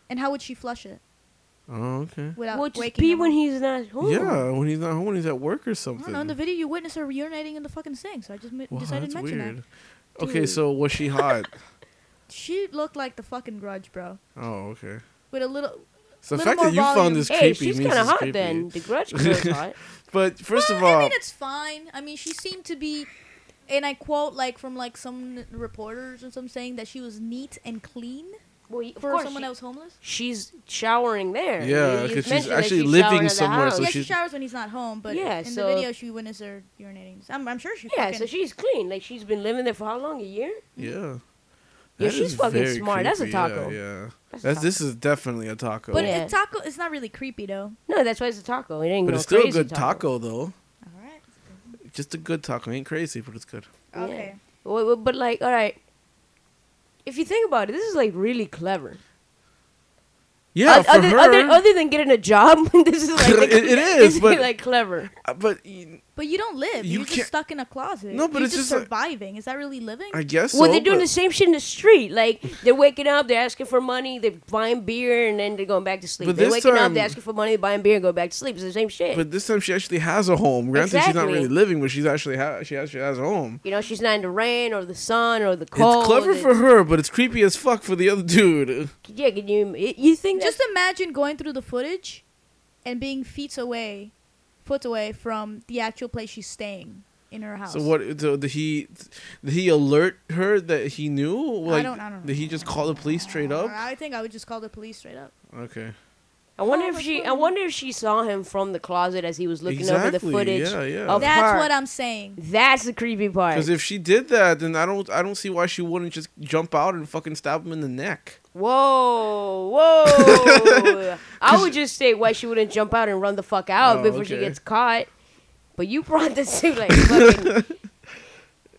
Speaker 1: And how would she flush it?
Speaker 5: Oh, okay.
Speaker 1: without
Speaker 3: Well, just
Speaker 1: waking
Speaker 3: pee
Speaker 1: him
Speaker 3: when
Speaker 5: (laughs)
Speaker 1: up.
Speaker 3: he's not home.
Speaker 5: Yeah, when he's not home, when he's at work or
Speaker 1: I
Speaker 5: something.
Speaker 1: don't know. In the video, you witness her urinating in the fucking sink, so I just m-
Speaker 5: Wow,
Speaker 1: decided to
Speaker 5: that's
Speaker 1: mention
Speaker 5: weird.
Speaker 1: that.
Speaker 5: Okay, so was she hot?
Speaker 1: She looked like the fucking Grudge, bro.
Speaker 5: oh, okay.
Speaker 1: With a little.
Speaker 5: So the
Speaker 1: Little
Speaker 5: fact that you
Speaker 1: more
Speaker 5: found
Speaker 1: volume.
Speaker 5: this
Speaker 3: Hey,
Speaker 5: creepy
Speaker 3: she's
Speaker 5: means
Speaker 3: kind of
Speaker 5: it's
Speaker 3: hot
Speaker 5: creepy.
Speaker 3: then. The grudge
Speaker 5: (laughs)
Speaker 3: girl's hot.
Speaker 5: But first
Speaker 1: Well,
Speaker 5: of all,
Speaker 1: I mean, it's fine. I mean, she seemed to be, and I quote like from like some reporters or some saying that she was neat and clean.
Speaker 3: Well, of
Speaker 1: for
Speaker 3: course,
Speaker 1: someone
Speaker 3: she-
Speaker 1: else homeless?
Speaker 3: she's showering there.
Speaker 5: Yeah,
Speaker 3: You- you
Speaker 5: 'cause she's
Speaker 3: mentioned that
Speaker 5: actually
Speaker 3: she
Speaker 5: living
Speaker 3: showered at the
Speaker 5: somewhere, so
Speaker 3: house.
Speaker 1: yeah, she
Speaker 5: she's-
Speaker 1: showers when he's not home, but
Speaker 3: Yeah,
Speaker 1: in
Speaker 3: so-
Speaker 1: the video she witnessed her urinating. So I'm, I'm sure she.
Speaker 3: yeah,
Speaker 1: fucking-
Speaker 3: so she's clean. Like she's been living there for how long? A year?
Speaker 5: Yeah.
Speaker 3: Yeah,
Speaker 5: That
Speaker 3: she's
Speaker 5: is
Speaker 3: fucking
Speaker 5: very
Speaker 3: smart. That's a
Speaker 5: creepy. Yeah,
Speaker 3: taco.
Speaker 5: Yeah.
Speaker 3: That's a
Speaker 5: That's, this is definitely a taco.
Speaker 1: But
Speaker 5: But,
Speaker 3: Yeah.
Speaker 1: it's taco. It's not really creepy though.
Speaker 3: No, that's why it's a taco. It ain't no
Speaker 5: it's still a
Speaker 3: crazy
Speaker 5: good taco. though.
Speaker 1: All right.
Speaker 5: Just a good taco. Ain't crazy, but it's good.
Speaker 3: Yeah.
Speaker 1: Okay.
Speaker 3: Wait, wait, but like, all right. If you think about it, this is like really clever.
Speaker 5: Yeah,
Speaker 3: Oth-
Speaker 5: for
Speaker 3: other,
Speaker 5: her.
Speaker 3: other, other than getting a job, (laughs) this is like
Speaker 5: It- it
Speaker 3: this
Speaker 5: is, but-
Speaker 3: like clever.
Speaker 5: Uh, but y-
Speaker 1: But you don't live.
Speaker 5: You
Speaker 1: You are
Speaker 5: can't-
Speaker 1: just stuck in a closet.
Speaker 5: No, but
Speaker 1: You're
Speaker 5: it's just like-
Speaker 1: surviving. Is that really living?
Speaker 5: I guess
Speaker 3: well,
Speaker 5: so.
Speaker 3: they're doing
Speaker 5: but-
Speaker 3: the same shit in the street. Like they're waking up, they're asking for money, they're buying beer, and then they're going back to sleep.
Speaker 5: But
Speaker 3: they're
Speaker 5: this
Speaker 3: waking up,
Speaker 5: time-
Speaker 3: they're asking for money, buying beer, and going back to sleep. It's the same shit.
Speaker 5: But this time she actually has a home. Granted, she's not
Speaker 3: Exactly.
Speaker 5: really living, but she's actually ha- she actually has a home.
Speaker 3: you know, she's not in the rain or the sun or the cold.
Speaker 5: it's clever
Speaker 3: or the-
Speaker 5: for her, but it's creepy as fuck for the other dude.
Speaker 3: Yeah, can you? it- You think
Speaker 1: Just
Speaker 3: just
Speaker 1: imagine going through the footage, and being feet away, foot away from the actual place she's staying in her house.
Speaker 5: So what? So did he did he alert her that he knew? Like,
Speaker 1: don't- I don't
Speaker 5: Did he just call the police straight up?
Speaker 1: I think I would just call the police straight up.
Speaker 5: Okay.
Speaker 3: I wonder
Speaker 1: Oh,
Speaker 3: if
Speaker 1: that's
Speaker 3: she. I
Speaker 1: funny.
Speaker 3: wonder if she saw him from the closet as he was looking over the
Speaker 5: Exactly,
Speaker 3: footage.
Speaker 5: yeah, yeah.
Speaker 3: Of
Speaker 1: That's
Speaker 3: her.
Speaker 1: what I'm saying.
Speaker 3: That's the creepy part.
Speaker 5: Because if she did that, then I don't I don't see why she wouldn't just jump out and fucking stab him in the neck.
Speaker 3: Whoa,
Speaker 5: (laughs)
Speaker 3: whoa! I would just say why she wouldn't jump out and run the fuck out
Speaker 5: Oh,
Speaker 3: before she
Speaker 5: okay.
Speaker 3: gets caught. But you brought this to like
Speaker 5: (laughs)
Speaker 3: fucking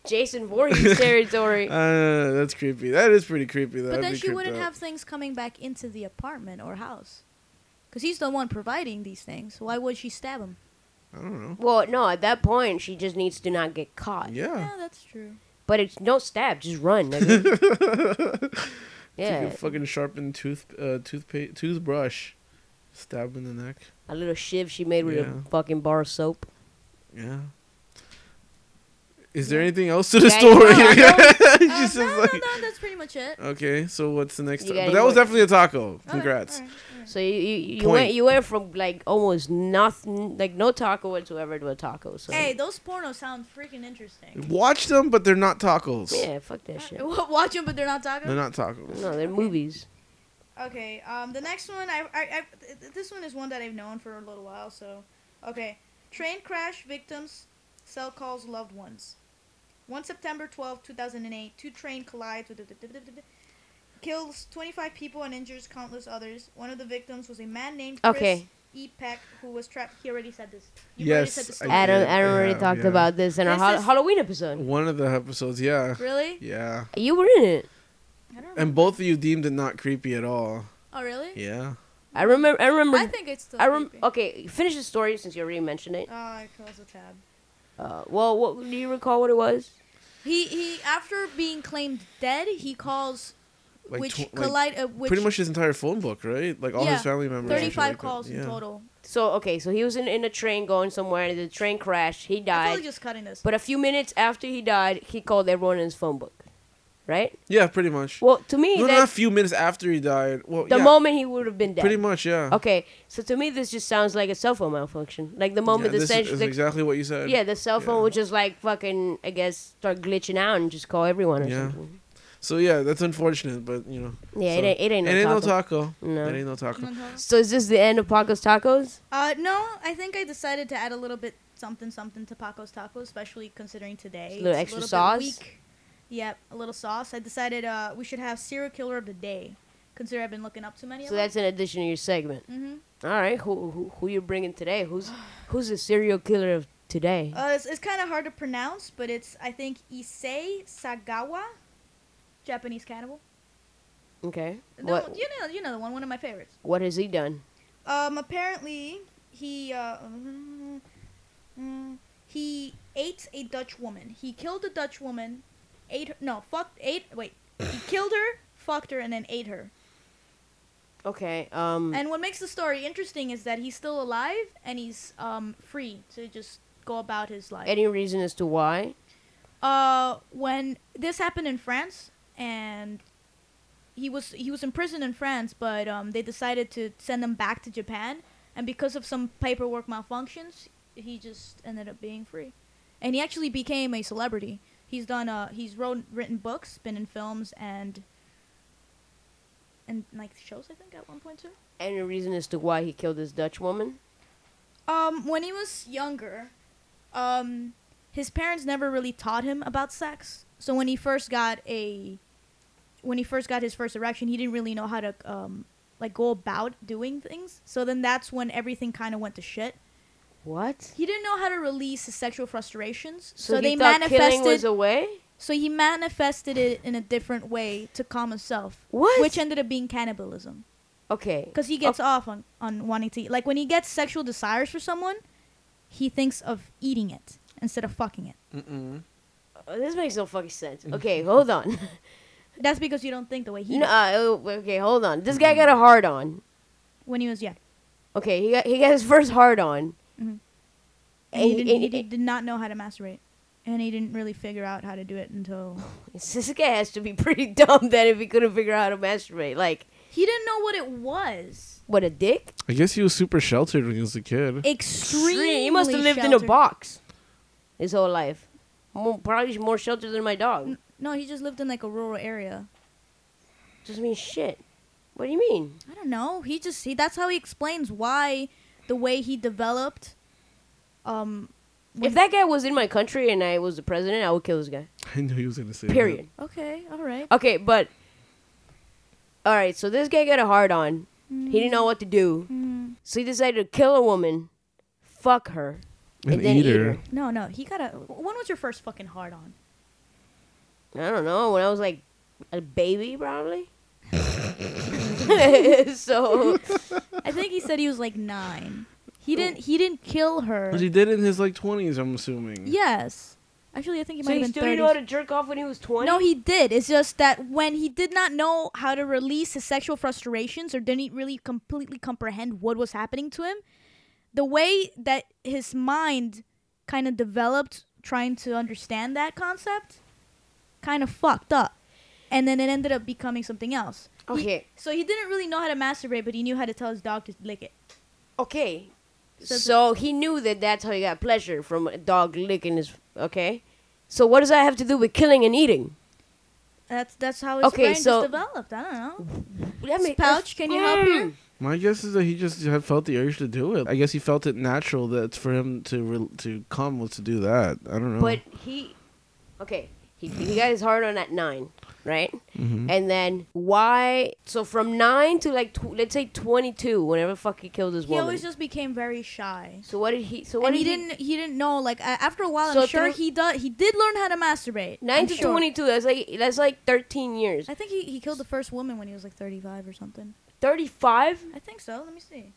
Speaker 3: Jason Voorhees territory.
Speaker 5: Uh, that's creepy. That is pretty creepy. That uh,
Speaker 1: But then she wouldn't have things coming back into the apartment or house, because he's the one providing these things. Why would she stab him?
Speaker 5: I don't know.
Speaker 3: Well, no, at that point she just needs to not get caught.
Speaker 5: Yeah.
Speaker 1: Yeah, that's
Speaker 5: (laughs)
Speaker 1: true.
Speaker 3: But it's no stab, just run. nigga.
Speaker 5: Take
Speaker 3: yeah,
Speaker 5: a fucking sharpened tooth uh, toothpaste toothbrush, stab him in the neck.
Speaker 3: a little shiv she made with
Speaker 5: Yeah.
Speaker 3: a fucking bar of soap.
Speaker 5: Yeah. Is there anything else to the
Speaker 3: Guys,
Speaker 5: story?
Speaker 3: no, I
Speaker 5: (laughs) She
Speaker 1: Uh,
Speaker 5: just
Speaker 1: no, no,
Speaker 5: like-
Speaker 1: no, that's pretty much it.
Speaker 5: Okay, so what's the next?
Speaker 3: You
Speaker 5: ta-
Speaker 3: got
Speaker 5: but
Speaker 3: any
Speaker 5: that was
Speaker 3: more-
Speaker 5: definitely a taco.
Speaker 1: All right,
Speaker 5: Congrats.
Speaker 1: all right.
Speaker 3: So you you, you
Speaker 5: Point.
Speaker 3: went you went from like almost nothing, like no taco whatsoever, to a taco. So
Speaker 1: Hey, those pornos sound freaking interesting.
Speaker 5: Watch them, but they're not tacos.
Speaker 3: yeah, fuck that shit.
Speaker 1: (laughs) Watch them, but they're not
Speaker 5: They're
Speaker 1: talking.
Speaker 5: not tacos.
Speaker 3: No, they're movies.
Speaker 1: Okay. Um, the next one, I, I, I, th- th- this one is one that I've known for a little while. So, okay. Train crash victims, cell calls loved ones. 1 September 12, 2008, two train collides with kills 25 people and injures countless others. One of the victims was a man named Chris
Speaker 3: Okay.
Speaker 1: E. Peck, who was trapped. He already said this.
Speaker 5: Yes, I
Speaker 1: story.
Speaker 5: did.
Speaker 3: Adam,
Speaker 5: Yeah,
Speaker 3: Adam already
Speaker 5: yeah,
Speaker 3: talked
Speaker 5: yeah.
Speaker 3: about this in our
Speaker 1: This
Speaker 3: Hall-
Speaker 1: is-
Speaker 3: Halloween episode.
Speaker 5: One of the episodes, yeah,
Speaker 1: Really?
Speaker 5: yeah,
Speaker 3: You were in it.
Speaker 1: I don't
Speaker 5: and both of you deemed it not creepy at all.
Speaker 1: Oh, really?
Speaker 5: Yeah.
Speaker 3: I remember. I remember.
Speaker 1: I think it's still
Speaker 3: I rem-
Speaker 1: creepy.
Speaker 3: Okay, finish the story since you already mentioned it.
Speaker 1: Oh, I closed the tab.
Speaker 3: Uh, well, what do you recall what it was?
Speaker 1: He he. After being claimed dead, he calls
Speaker 5: Like
Speaker 1: which
Speaker 5: tw- like
Speaker 1: collide uh, which
Speaker 5: pretty much his entire phone book, right? Like all
Speaker 1: Yeah,
Speaker 5: his family members. and shit
Speaker 1: thirty-five
Speaker 5: like that.
Speaker 1: calls
Speaker 5: Yeah.
Speaker 1: in total.
Speaker 3: So okay, so he was in, in a train going somewhere, and the train crashed. He
Speaker 1: I'm
Speaker 3: died.
Speaker 1: probably just cutting this.
Speaker 3: But a few minutes after he died, he called everyone in his phone book, right?
Speaker 5: Yeah, pretty much.
Speaker 3: Well, to me,
Speaker 5: no,
Speaker 3: that,
Speaker 5: not a few minutes after he died. Well,
Speaker 3: the
Speaker 5: yeah,
Speaker 3: moment he would have been dead.
Speaker 5: pretty much, yeah.
Speaker 3: Okay, so to me, this just sounds like a cell phone malfunction. Like the moment
Speaker 5: yeah,
Speaker 3: the
Speaker 5: this
Speaker 3: cent-
Speaker 5: is, is
Speaker 3: the-
Speaker 5: exactly what you said.
Speaker 3: yeah, the cell phone
Speaker 5: yeah.
Speaker 3: would just like fucking, I guess, start glitching out and just call everyone or
Speaker 5: Yeah.
Speaker 3: something.
Speaker 5: So yeah, that's unfortunate, but you know.
Speaker 3: Yeah, it
Speaker 5: So-
Speaker 3: ain't, it ain't no
Speaker 5: it ain't
Speaker 3: taco.
Speaker 5: no taco.
Speaker 3: No.
Speaker 5: It ain't no taco.
Speaker 3: So is this the end of Paco's Tacos?
Speaker 1: Uh-huh. Uh, no, I think I decided to add a little bit something something to Paco's tacos, especially considering today
Speaker 3: Just a little
Speaker 1: it's
Speaker 3: extra
Speaker 1: bit
Speaker 3: sauce?
Speaker 1: weak. Yep, a little sauce. I decided uh, we should have serial killer of the day. Consider I've been looking up too many.
Speaker 3: So that's an addition to your segment.
Speaker 1: hmm
Speaker 3: All right, who who, who you bringing today? Who's who's the serial killer of today?
Speaker 1: Uh, it's it's kind of hard to pronounce, but it's I think Issei Sagawa, Japanese cannibal.
Speaker 3: okay,
Speaker 1: The one-
Speaker 3: what
Speaker 1: you know, you know the one, one of my favorites.
Speaker 3: what has he done?
Speaker 1: Um, apparently, he uh, (laughs) he ate a Dutch woman. He killed a Dutch woman, ate her, no, fucked, ate. Wait, he killed her, fucked her, and then ate her.
Speaker 3: Okay, um,
Speaker 1: And what makes the story interesting is that he's still alive and he's um free to just go about his life.
Speaker 3: any reason as to why?
Speaker 1: uh, when this happened in France, and he was he was imprisoned in France, but um, they decided to send him back to Japan, and because of some paperwork malfunctions, he just ended up being free, and he actually became a celebrity. He's done uh, he's wrote written books, been in films, and and like shows I think at one point too.
Speaker 3: Any reason as to why he killed this Dutch woman?
Speaker 1: Um, when he was younger, um, his parents never really taught him about sex. So when he first got a, when he first got his first erection, he didn't really know how to um, like go about doing things. So then that's when everything kind of went to shit.
Speaker 3: What?
Speaker 1: He didn't know how to release his sexual frustrations. So,
Speaker 3: So, he
Speaker 1: they
Speaker 3: thought killing was
Speaker 1: manifested.
Speaker 3: a way.
Speaker 1: so he manifested it in a different way to calm himself,
Speaker 3: What?
Speaker 1: which ended up being cannibalism.
Speaker 3: okay.
Speaker 1: Because he
Speaker 3: Oh.
Speaker 1: gets off on, on wanting to eat. Like when he gets sexual desires for someone, he thinks of eating it instead of fucking it.
Speaker 5: Mm-mm.
Speaker 3: Oh, this makes no fucking
Speaker 5: (laughs)
Speaker 3: sense. Okay, hold on.
Speaker 1: That's because you don't think the way he
Speaker 3: No,
Speaker 1: did
Speaker 3: uh, oh, okay, hold on. This guy got a hard on.
Speaker 1: when he was young.
Speaker 3: Okay, he got he got his first hard on.
Speaker 1: Mhm. And he,
Speaker 3: And, and-
Speaker 1: didn't, he did, did not know how to masturbate. And he didn't really figure out how to do it
Speaker 3: (sighs)
Speaker 1: until
Speaker 3: this guy has to be (laughs) pretty dumb then if he couldn't figure out how to masturbate. Like,
Speaker 1: he didn't know what it was.
Speaker 3: what a dick!
Speaker 5: I guess he was super sheltered when he was a kid.
Speaker 1: Extremely.
Speaker 3: He must have lived in a
Speaker 1: sheltered.
Speaker 3: box his whole life. More, probably more sheltered than my dog.
Speaker 1: N- No, he just lived in like a rural area.
Speaker 3: Just means shit. What do you mean?
Speaker 1: I don't know. He just he. That's how he explains why the way he developed. Um.
Speaker 3: If that guy was in my country and I was the president, I would kill this guy.
Speaker 5: (laughs) I knew he was gonna say. that.
Speaker 3: Period.
Speaker 1: Okay. All right.
Speaker 3: Okay, but all right. So this guy got a hard on. He didn't know what to do,
Speaker 1: Mm.
Speaker 3: so he decided to kill a woman, fuck her, and, then eat her.
Speaker 1: No, no, he got a. When was your first fucking hard on?
Speaker 3: I don't know, when I was like a baby, (laughs) probably.
Speaker 1: (laughs)
Speaker 3: so,
Speaker 1: I think he said he was like nine. He didn't. He didn't kill her.
Speaker 5: But he did it in his like twenties, I'm assuming.
Speaker 1: Yes, actually, I think he
Speaker 3: so
Speaker 1: might
Speaker 3: he
Speaker 1: have
Speaker 3: still
Speaker 1: been
Speaker 3: didn't know how
Speaker 1: thirty.
Speaker 3: to jerk off when he was 20?
Speaker 1: No, he did. It's just that when he did not know how to release his sexual frustrations or didn't really completely comprehend what was happening to him, the way that his mind kind of developed trying to understand that concept kind of fucked up. And then it ended up becoming something else. He-
Speaker 3: Okay.
Speaker 1: so he didn't really know how to masturbate, but he knew how to tell his dog to lick it.
Speaker 3: Okay.
Speaker 1: So
Speaker 3: So,
Speaker 1: the-
Speaker 3: he knew that that's how he got pleasure from a dog licking his. Okay. So what does that have to do with killing and eating?
Speaker 1: That's that's how his
Speaker 3: Okay,
Speaker 1: brain
Speaker 3: so-
Speaker 1: just developed. I don't know.
Speaker 3: That
Speaker 1: Miss
Speaker 3: make-
Speaker 1: Pouch, can you
Speaker 3: Mm.
Speaker 1: help here?
Speaker 5: My guess is that he just had felt the urge to do it. I guess he felt it natural that for him to re- to come was to do that. I don't know.
Speaker 3: But he, okay, he, he got his heart on at nine, right?
Speaker 5: Mhm.
Speaker 3: And then why? So from nine to like tw- let's say twenty-two, whenever the fuck he killed his
Speaker 1: He
Speaker 3: woman.
Speaker 1: always just became very shy.
Speaker 3: so what did he? So what
Speaker 1: And he
Speaker 3: did
Speaker 1: didn't he didn't know like a- after a while
Speaker 3: So
Speaker 1: I'm sure
Speaker 3: through-
Speaker 1: he does he did learn how to masturbate.
Speaker 3: Nine
Speaker 1: I'm
Speaker 3: to
Speaker 1: sure.
Speaker 3: twenty-two. That's like that's like thirteen years.
Speaker 1: I think he, he killed the first woman when he was like 35 or something.
Speaker 3: Thirty-five.
Speaker 1: I think so. Let me see.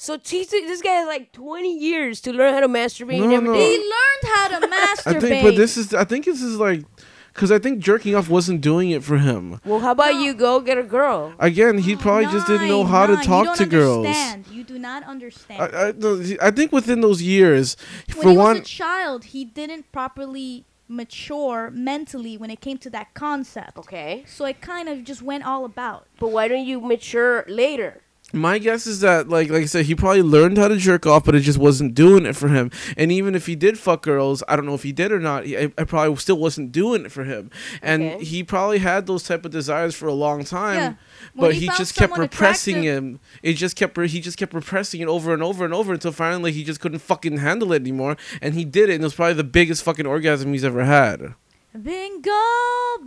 Speaker 3: So Jesus, this guy has like twenty years to learn how to masturbate and
Speaker 5: No,
Speaker 3: everything.
Speaker 5: no.
Speaker 1: He learned (laughs) how to masturbate.
Speaker 5: I think, but this is. I think this is like, because I think jerking off wasn't doing it for him.
Speaker 3: Well, how about
Speaker 1: No.
Speaker 3: you go get a girl?
Speaker 5: Again,
Speaker 1: Oh,
Speaker 5: he probably just didn't know how to talk to girls.
Speaker 1: Understand. You do not understand.
Speaker 5: I, I, no, I think within those years,
Speaker 1: when
Speaker 5: for
Speaker 1: he
Speaker 5: one,
Speaker 1: was a child, he didn't properly mature mentally when it came to that concept.
Speaker 3: Okay,
Speaker 1: So it kind of just went all about.
Speaker 3: but why don't you mature later?
Speaker 5: My guess is that, like, like I said, he probably learned how to jerk off, but it just wasn't doing it for him. And even if he did fuck girls, I don't know if he did or not. He, I, I probably still wasn't doing it for him. And
Speaker 3: Okay.
Speaker 5: he probably had those type of desires for a long time,
Speaker 1: Yeah. When
Speaker 5: but
Speaker 1: he
Speaker 5: he,
Speaker 1: found
Speaker 5: just kept
Speaker 1: someone
Speaker 5: repressing
Speaker 1: attractive-
Speaker 5: him. It just kept re- he just kept repressing it over and over and over until finally he just couldn't fucking handle it anymore. And he did it, and it was probably the biggest fucking orgasm he's ever had.
Speaker 1: Bingo,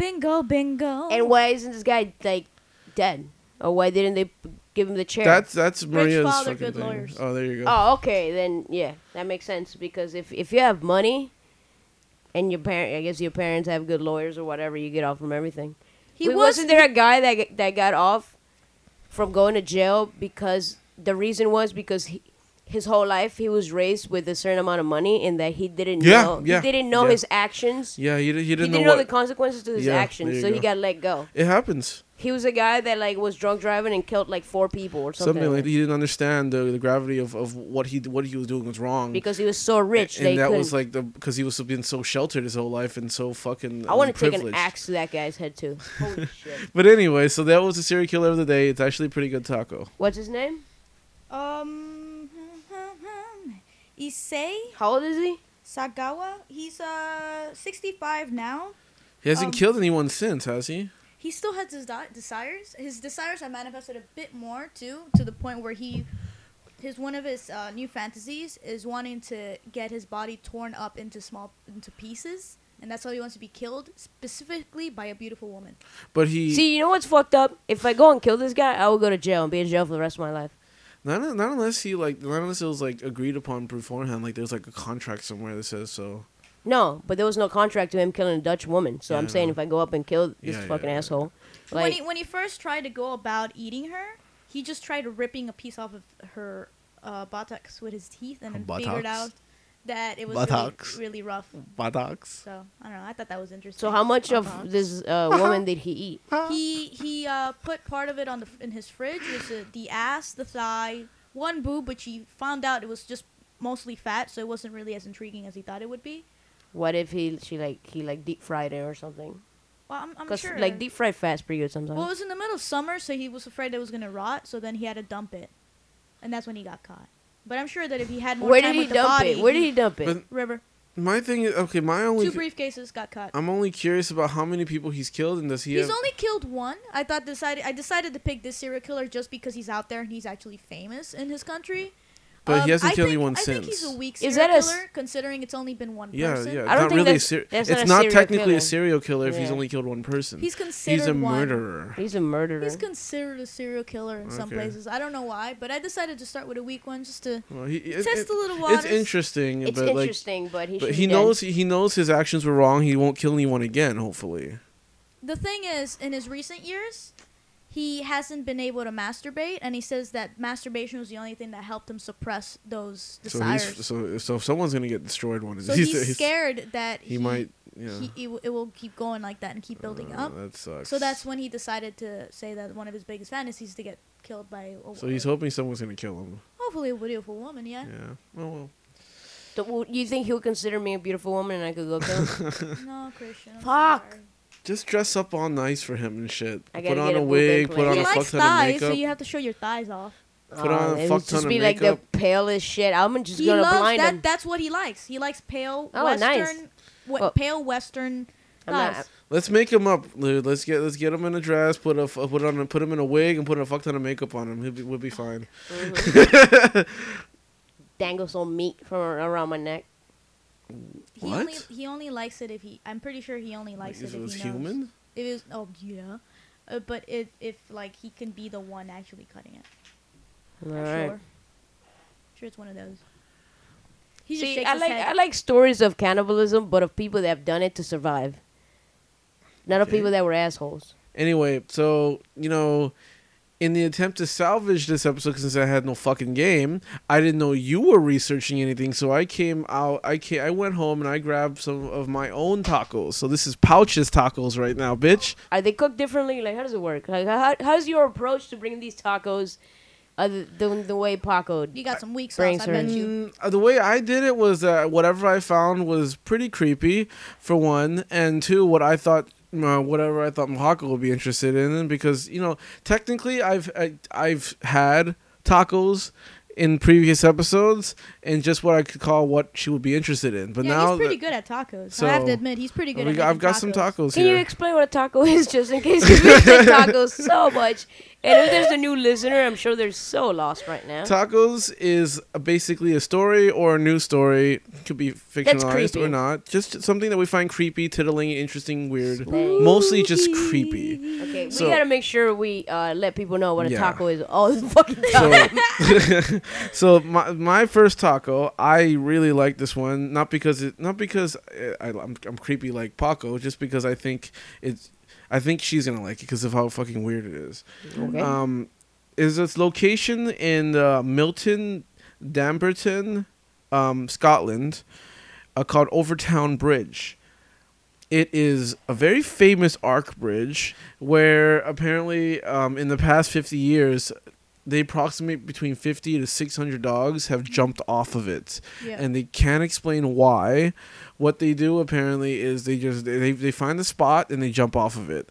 Speaker 1: bingo, bingo.
Speaker 3: And why isn't this guy like dead? Or why didn't they p- give him the chair?
Speaker 5: That's that's Maria's
Speaker 1: father,
Speaker 5: fucking
Speaker 1: good
Speaker 5: thing.
Speaker 1: lawyers.
Speaker 5: Oh, there you go.
Speaker 3: oh, okay. Then yeah, that makes sense because if if you have money, and your parent, I guess your parents have good lawyers or whatever, you get off from everything.
Speaker 1: he
Speaker 3: Wait,
Speaker 1: was
Speaker 3: wasn't there a guy that g- that got off from going to jail because the reason was because he, his whole life he was raised with a certain amount of money and that he didn't
Speaker 5: Yeah,
Speaker 3: know
Speaker 5: yeah,
Speaker 3: he didn't know
Speaker 5: yeah.
Speaker 3: his actions.
Speaker 5: Yeah, he, di- he
Speaker 3: He
Speaker 5: didn't
Speaker 3: didn't
Speaker 5: know,
Speaker 3: know, the
Speaker 5: what
Speaker 3: consequences to his
Speaker 5: Yeah, there
Speaker 3: actions,
Speaker 5: you
Speaker 3: so he
Speaker 5: go.
Speaker 3: got let go.
Speaker 5: it happens.
Speaker 3: He was a guy that like was drunk driving and killed like four people or something,
Speaker 5: something like he didn't understand the, the gravity of, of what he what he was doing was wrong
Speaker 3: because he was so rich.
Speaker 5: and
Speaker 3: they
Speaker 5: that
Speaker 3: couldn't.
Speaker 5: was like the because he was being so sheltered his whole life and so fucking
Speaker 3: I want to take
Speaker 5: privileged.
Speaker 3: an axe to that guy's head
Speaker 1: (laughs)
Speaker 3: too. Holy shit!
Speaker 5: but anyway so that was the serial killer of the day it's actually a pretty good taco
Speaker 3: What's his name?
Speaker 1: um Issei
Speaker 3: How old is he?
Speaker 1: Sagawa. He's uh 65 now.
Speaker 5: he hasn't
Speaker 1: Um,
Speaker 5: killed anyone since has he
Speaker 1: he still has his di- desires. His desires are manifested a bit more too, to the point where he, his one of his uh, new fantasies is wanting to get his body torn up into small into pieces, and that's how he wants to be killed, specifically by a beautiful woman.
Speaker 5: But he
Speaker 3: See, you know what's fucked up? If I go and kill this guy, I will go to jail and be in jail for the rest of my life.
Speaker 5: not, not unless he like not unless it was like agreed upon beforehand. Like there's like a contract somewhere that says so.
Speaker 3: No, but there was no contract to him killing a Dutch woman. So
Speaker 5: Yeah, I
Speaker 3: I'm saying
Speaker 5: know.
Speaker 3: if I go up and kill this
Speaker 5: Yeah, yeah,
Speaker 3: fucking
Speaker 5: yeah.
Speaker 3: asshole,
Speaker 1: when
Speaker 3: like
Speaker 1: he when he first tried to go about eating her, he just tried ripping a piece off of her uh, buttocks with his teeth, and
Speaker 5: Her
Speaker 1: then figured
Speaker 5: buttocks?
Speaker 1: out that it was
Speaker 5: Buttocks.
Speaker 1: really, really rough.
Speaker 5: Buttocks.
Speaker 1: So I don't know. I thought that was interesting.
Speaker 3: so how much
Speaker 1: Uh-huh.
Speaker 3: of this uh, woman did he eat?
Speaker 1: He he uh, put part of it on the in his fridge. It was the, the ass, the thigh, one boob, which he found out it was just mostly fat, so it wasn't really as intriguing as he thought it would be.
Speaker 3: What if he she like he like deep fried it or something?
Speaker 1: Well, I'm, I'm
Speaker 3: Cause
Speaker 1: sure.
Speaker 3: like deep fried fat's pretty good sometimes.
Speaker 1: well, it was in the middle of summer, so he was afraid it was gonna rot. So then he had to dump it, and that's when he got caught. But I'm sure that if he had more
Speaker 3: Where
Speaker 1: time
Speaker 3: did he
Speaker 1: with the
Speaker 3: dump
Speaker 1: body,
Speaker 3: it? Where did he dump it?
Speaker 5: But-
Speaker 1: River.
Speaker 5: My thing is okay. My only
Speaker 1: Two briefcases got caught.
Speaker 5: I'm only curious about how many people he's killed and does he
Speaker 1: He's
Speaker 5: have
Speaker 1: only killed one. I thought decided I decided to pick this serial killer just because he's out there and he's actually famous in his country. Um,
Speaker 5: But he hasn't
Speaker 1: I
Speaker 5: killed
Speaker 1: think-
Speaker 5: anyone
Speaker 1: I think he's
Speaker 5: since.
Speaker 1: a weak serial
Speaker 3: Is that a s-
Speaker 1: killer, considering it's only been one
Speaker 5: yeah,
Speaker 1: person.
Speaker 5: yeah.
Speaker 3: I don't
Speaker 5: not
Speaker 3: think
Speaker 5: really a
Speaker 3: that's-
Speaker 5: ser-
Speaker 3: that's not
Speaker 5: It's
Speaker 3: a
Speaker 5: not
Speaker 3: serial
Speaker 5: technically
Speaker 3: killer.
Speaker 5: a serial killer if he's
Speaker 3: Yeah.
Speaker 5: only killed one person.
Speaker 1: He's considered
Speaker 5: He's a
Speaker 1: one.
Speaker 5: murderer.
Speaker 3: He's a murderer.
Speaker 1: He's considered a serial killer in some
Speaker 5: Okay.
Speaker 1: places. I don't know why, but I decided to start with a weak one just to
Speaker 5: Well, he, it-
Speaker 1: test
Speaker 5: it-
Speaker 1: a little waters.
Speaker 5: it's interesting,
Speaker 3: it's
Speaker 5: but
Speaker 3: interesting, but he
Speaker 5: like, but
Speaker 3: should
Speaker 5: he
Speaker 3: be dead.
Speaker 5: knows he knows his actions were wrong. He won't kill anyone again, hopefully.
Speaker 1: The thing is, in his recent years, he hasn't been able to masturbate, and he says that masturbation was the only thing that helped him suppress those
Speaker 5: So
Speaker 1: desires.
Speaker 5: he's so so if someone's gonna get destroyed one. of
Speaker 1: So
Speaker 5: these (laughs)
Speaker 1: he's,
Speaker 5: days,
Speaker 1: scared that
Speaker 5: He, might. Yeah.
Speaker 1: he, it, will- it will keep going like that and keep building
Speaker 5: Uh,
Speaker 1: up.
Speaker 5: That sucks.
Speaker 1: So that's when he decided to say that one of his biggest fantasies is to get killed by a
Speaker 5: So he's hoping someone's gonna kill him.
Speaker 1: hopefully a beautiful woman, yeah.
Speaker 5: Yeah. Oh well.
Speaker 3: So, well, you think he'll consider me a beautiful woman and I could go kill him?
Speaker 1: No, Christian. I'm
Speaker 3: Fuck.
Speaker 1: sorry.
Speaker 5: Just dress up all nice for him and shit.
Speaker 3: I
Speaker 5: Put
Speaker 3: gotta
Speaker 5: on
Speaker 3: get
Speaker 5: a
Speaker 3: a boob
Speaker 5: wig. Put
Speaker 3: implant.
Speaker 5: on
Speaker 1: He
Speaker 5: a fuck
Speaker 1: likes
Speaker 5: ton of
Speaker 1: thighs, so
Speaker 5: makeup.
Speaker 1: you have to show your thighs off.
Speaker 5: Put on a
Speaker 3: it would
Speaker 5: fuck ton
Speaker 3: Oh, just
Speaker 5: of
Speaker 3: be like the
Speaker 5: makeup.
Speaker 3: palest shit. I'm just
Speaker 1: He
Speaker 3: gonna
Speaker 1: loves
Speaker 3: blind
Speaker 1: that.
Speaker 3: him.
Speaker 1: That's what he likes. He likes pale
Speaker 3: Oh, nice.
Speaker 1: Western, we-
Speaker 3: Well-
Speaker 1: pale Western
Speaker 3: I'm not-
Speaker 1: thighs.
Speaker 5: Let's make him up, dude. Let's get let's get him in a dress. Put a f- put on a, put him in a wig and put a fuck ton of makeup on him. He'll be, we'll be fine.
Speaker 1: Mm-hmm.
Speaker 5: (laughs)
Speaker 3: Dangle some meat from around my neck.
Speaker 1: He only
Speaker 5: What?
Speaker 1: he only likes it if he. I'm pretty sure he only likes
Speaker 5: Is
Speaker 1: it
Speaker 5: it
Speaker 1: if
Speaker 5: was
Speaker 1: he knows.
Speaker 5: human?
Speaker 1: It is. Oh yeah. Uh, but if if like he can be the one actually cutting it,
Speaker 3: All
Speaker 1: I'm
Speaker 3: right.
Speaker 1: sure. Sure, it's one of those. He just
Speaker 3: See,
Speaker 1: shakes
Speaker 3: I
Speaker 1: his
Speaker 3: like
Speaker 1: head.
Speaker 3: I like stories of cannibalism, but of people that have done it to survive. Not of
Speaker 5: Okay.
Speaker 3: people that were assholes.
Speaker 5: Anyway, so you know, in the attempt to salvage this episode, since I had no fucking game, I didn't know you were researching anything. So I came out. I came, I went home and I grabbed some of my own tacos. So this is pouches tacos right now, bitch.
Speaker 3: Are they cooked differently? Like, how does it work? Like, how, how's your approach to bringing these tacos, other than the way Paco?
Speaker 1: you got some weak sauce.
Speaker 3: Brain
Speaker 1: I bet
Speaker 3: surgery.
Speaker 1: you.
Speaker 5: Mm, uh, the way I did it was that whatever I found was pretty creepy, for one, and two, what I thought. Uh, whatever I thought Mahako would be interested in, because you know, technically, I've I, I've had tacos in previous episodes, and just what I could call what she would be interested in. But
Speaker 1: yeah,
Speaker 5: now
Speaker 1: he's pretty
Speaker 5: that-
Speaker 1: good at tacos. I have to
Speaker 5: So,
Speaker 1: admit, he's pretty good.
Speaker 5: we
Speaker 1: at
Speaker 5: got- I've
Speaker 1: making
Speaker 5: got some tacos
Speaker 3: Can you
Speaker 5: here.
Speaker 3: explain what a taco (laughs) is, just in case? Because we like tacos so much, and if there's a new listener, I'm sure they're so lost right now.
Speaker 5: Tacos is a- basically a story or a news story, could be fictionalized
Speaker 3: creepy.
Speaker 5: or not. Just something that we find creepy, tittling, interesting, weird. Mostly just creepy.
Speaker 3: Okay,
Speaker 5: So-
Speaker 3: we gotta make sure we uh, let people know what a
Speaker 5: Yeah.
Speaker 3: taco is all the fucking time.
Speaker 5: so, (laughs) so my my first taco, I really like this one, not because it, not because eh, I, I'm I'm creepy like Paco, just because I think it's, I think she's gonna like it because of how fucking weird it is.
Speaker 3: Okay.
Speaker 5: Um, is its location in uh, Milton, Damberton, um, Scotland, uh, called Overtown Bridge. It is a very famous arc bridge where apparently um, in the past 50 years, they approximate between 50 to 600 dogs have jumped off of it.
Speaker 1: Yeah.
Speaker 5: And they can't explain why. What they do apparently is they just they, they find the spot and they jump off of it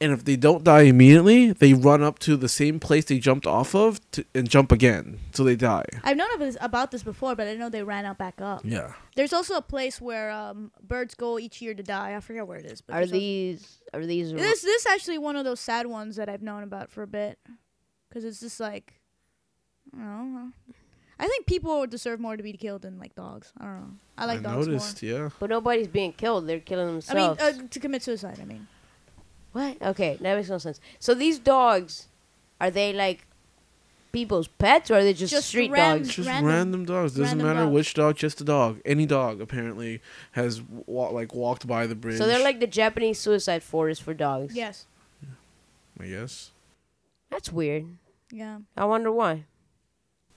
Speaker 5: and if they don't die immediately, they run up to the same place they jumped off of to, and jump again till they die.
Speaker 1: I've known of this, about this before, but I didn't know they ran out back up.
Speaker 5: Yeah.
Speaker 1: There's also a place where um, birds go each year to die. I forget where it is. But
Speaker 3: Are
Speaker 1: there's also-
Speaker 3: these are these
Speaker 1: this this is actually one of those sad ones that I've known about for a bit, because it's just like, I don't know. I think people deserve more to be killed than like dogs. I don't know. I like dogs
Speaker 5: noticed. Yeah.
Speaker 3: but nobody's being killed. They're killing
Speaker 1: more.
Speaker 3: themselves.
Speaker 1: I mean, uh, to commit suicide. I mean,
Speaker 3: what? Okay, that makes no sense. So these dogs, are they like people's pets or are they just,
Speaker 1: Just
Speaker 3: street
Speaker 1: ram-
Speaker 3: dogs?
Speaker 5: Just random,
Speaker 1: Random-
Speaker 5: dogs. Doesn't
Speaker 1: random
Speaker 5: matter
Speaker 1: dogs.
Speaker 5: which dog, just a dog. Any dog apparently has wa- like walked by the bridge.
Speaker 3: So they're like the Japanese suicide forest for dogs.
Speaker 1: yes,
Speaker 5: I guess.
Speaker 3: That's weird.
Speaker 1: yeah,
Speaker 3: I wonder why.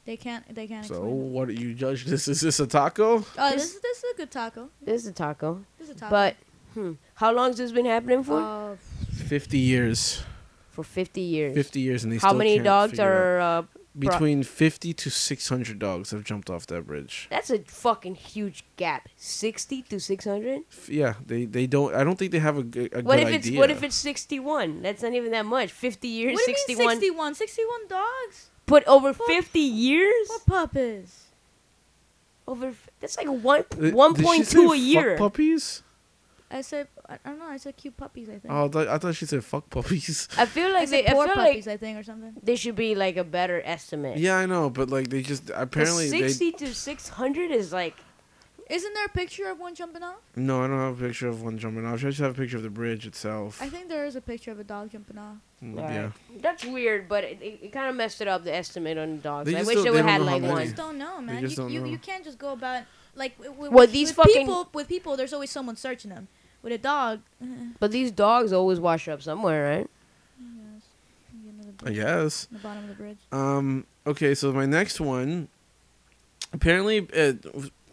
Speaker 1: they can't. They can't.
Speaker 5: So
Speaker 1: explain.
Speaker 5: what do you judge this? Is this a taco?
Speaker 1: Oh, this is this is a good taco.
Speaker 3: This is a taco.
Speaker 1: This is a taco.
Speaker 3: But hmm, how long has this been happening for?
Speaker 1: uh,
Speaker 5: Fifty years.
Speaker 3: for 50 years.
Speaker 5: Fifty years, and they
Speaker 3: how
Speaker 5: still
Speaker 3: many
Speaker 5: can't
Speaker 3: dogs
Speaker 5: figure out-
Speaker 3: are uh, bro-
Speaker 5: between fifty to six hundred dogs have jumped off that bridge?
Speaker 3: That's a fucking huge gap. 60 to 600?
Speaker 5: F- Yeah, they they don't. I don't think they have a, g- a
Speaker 3: What
Speaker 5: good
Speaker 3: if it's
Speaker 5: idea.
Speaker 3: what if it's 61? That's not even that much. 50 years,
Speaker 1: what do you
Speaker 3: 61.
Speaker 1: mean 61? 61 dogs?
Speaker 3: But over 50 years?
Speaker 1: What puppies?
Speaker 3: Over f- that's like one
Speaker 5: Th- did she
Speaker 3: 1.2
Speaker 5: say
Speaker 3: a year.
Speaker 5: Fuck puppies?
Speaker 1: I said I, I don't know. I said cute puppies. I think.
Speaker 5: Oh, I thought, I thought she said fuck puppies. (laughs)
Speaker 3: I feel
Speaker 1: I
Speaker 3: like
Speaker 1: said
Speaker 3: they, I
Speaker 1: poor
Speaker 3: feel like
Speaker 1: puppies. I think or something.
Speaker 3: they should be like a better estimate.
Speaker 5: Yeah, I know, but like they just
Speaker 3: But
Speaker 5: apparently they.
Speaker 3: 60 to 600 is like
Speaker 1: Isn't there a picture of one jumping off?
Speaker 5: No, I don't have a picture of one jumping off. I just have a picture of the bridge itself.
Speaker 1: I think there is a picture of a dog jumping off.
Speaker 5: Mm,
Speaker 3: Alright.
Speaker 5: yeah.
Speaker 3: That's weird, but it, it, kind of messed it up the estimate on dogs.
Speaker 5: They
Speaker 3: I
Speaker 5: just
Speaker 3: wish
Speaker 5: don't-
Speaker 3: they
Speaker 5: they
Speaker 3: would
Speaker 5: don't
Speaker 3: had
Speaker 5: know how
Speaker 3: like
Speaker 5: many.
Speaker 3: one.
Speaker 1: Just don't know, man.
Speaker 5: just
Speaker 1: you,
Speaker 5: don't
Speaker 1: you,
Speaker 5: know.
Speaker 1: you can't just go about like w- w-
Speaker 3: Well,
Speaker 1: with,
Speaker 3: these
Speaker 1: with
Speaker 3: fucking-
Speaker 1: people with people. There's always someone searching them. With a dog,
Speaker 3: But these dogs always wash up somewhere, right?
Speaker 5: I guess.
Speaker 1: the bottom of the bridge.
Speaker 5: Um. Okay. So my next one, apparently, uh,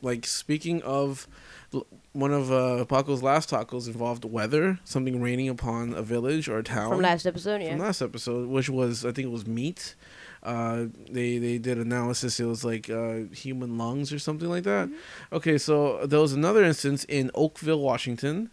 Speaker 5: like speaking of, l- one of uh, Paco's last tacos involved weather, something raining upon a village or a town
Speaker 3: From last episode, yeah.
Speaker 5: from last episode, which was I think it was meat. Uh, they they did analysis. It was like uh, human lungs or something like that. Okay, so there was another instance in Oakville, Washington,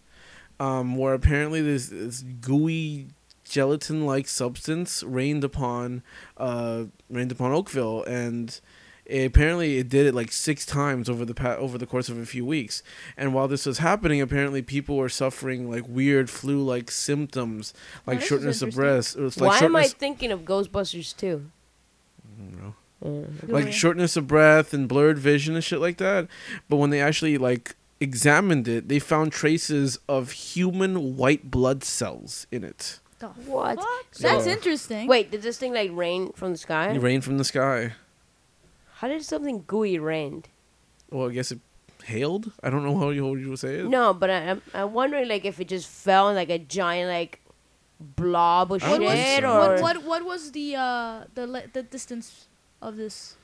Speaker 5: um, where apparently this, this gooey gelatin-like substance rained upon uh, rained upon Oakville, and it, apparently it did it like six times over the pa- over the course of a few weeks. And while this was happening, apparently people were suffering like weird flu-like symptoms,
Speaker 1: Now,
Speaker 5: like
Speaker 1: this is
Speaker 5: shortness of
Speaker 1: interesting.
Speaker 5: breath. It was like
Speaker 3: Why am I
Speaker 5: shortness,
Speaker 3: thinking of Ghostbusters too?
Speaker 5: like
Speaker 1: Gooey.
Speaker 5: shortness of breath and blurred vision and shit like that. But when they actually like examined it, they found traces of human white blood cells in it.
Speaker 1: The
Speaker 3: What?
Speaker 1: fuck?
Speaker 5: So-
Speaker 1: That's interesting.
Speaker 3: Wait, did this thing like rain from the sky?
Speaker 5: It rained from the sky.
Speaker 3: How did something gooey rain?
Speaker 5: Well, I guess it hailed. I don't know how you, how you would say it.
Speaker 3: No, but I, I'm I'm wondering like if it just fell in like a giant like blob of
Speaker 5: I don't think
Speaker 3: shit
Speaker 5: so.
Speaker 1: What
Speaker 3: or
Speaker 1: what what was the uh the le- the distance of this?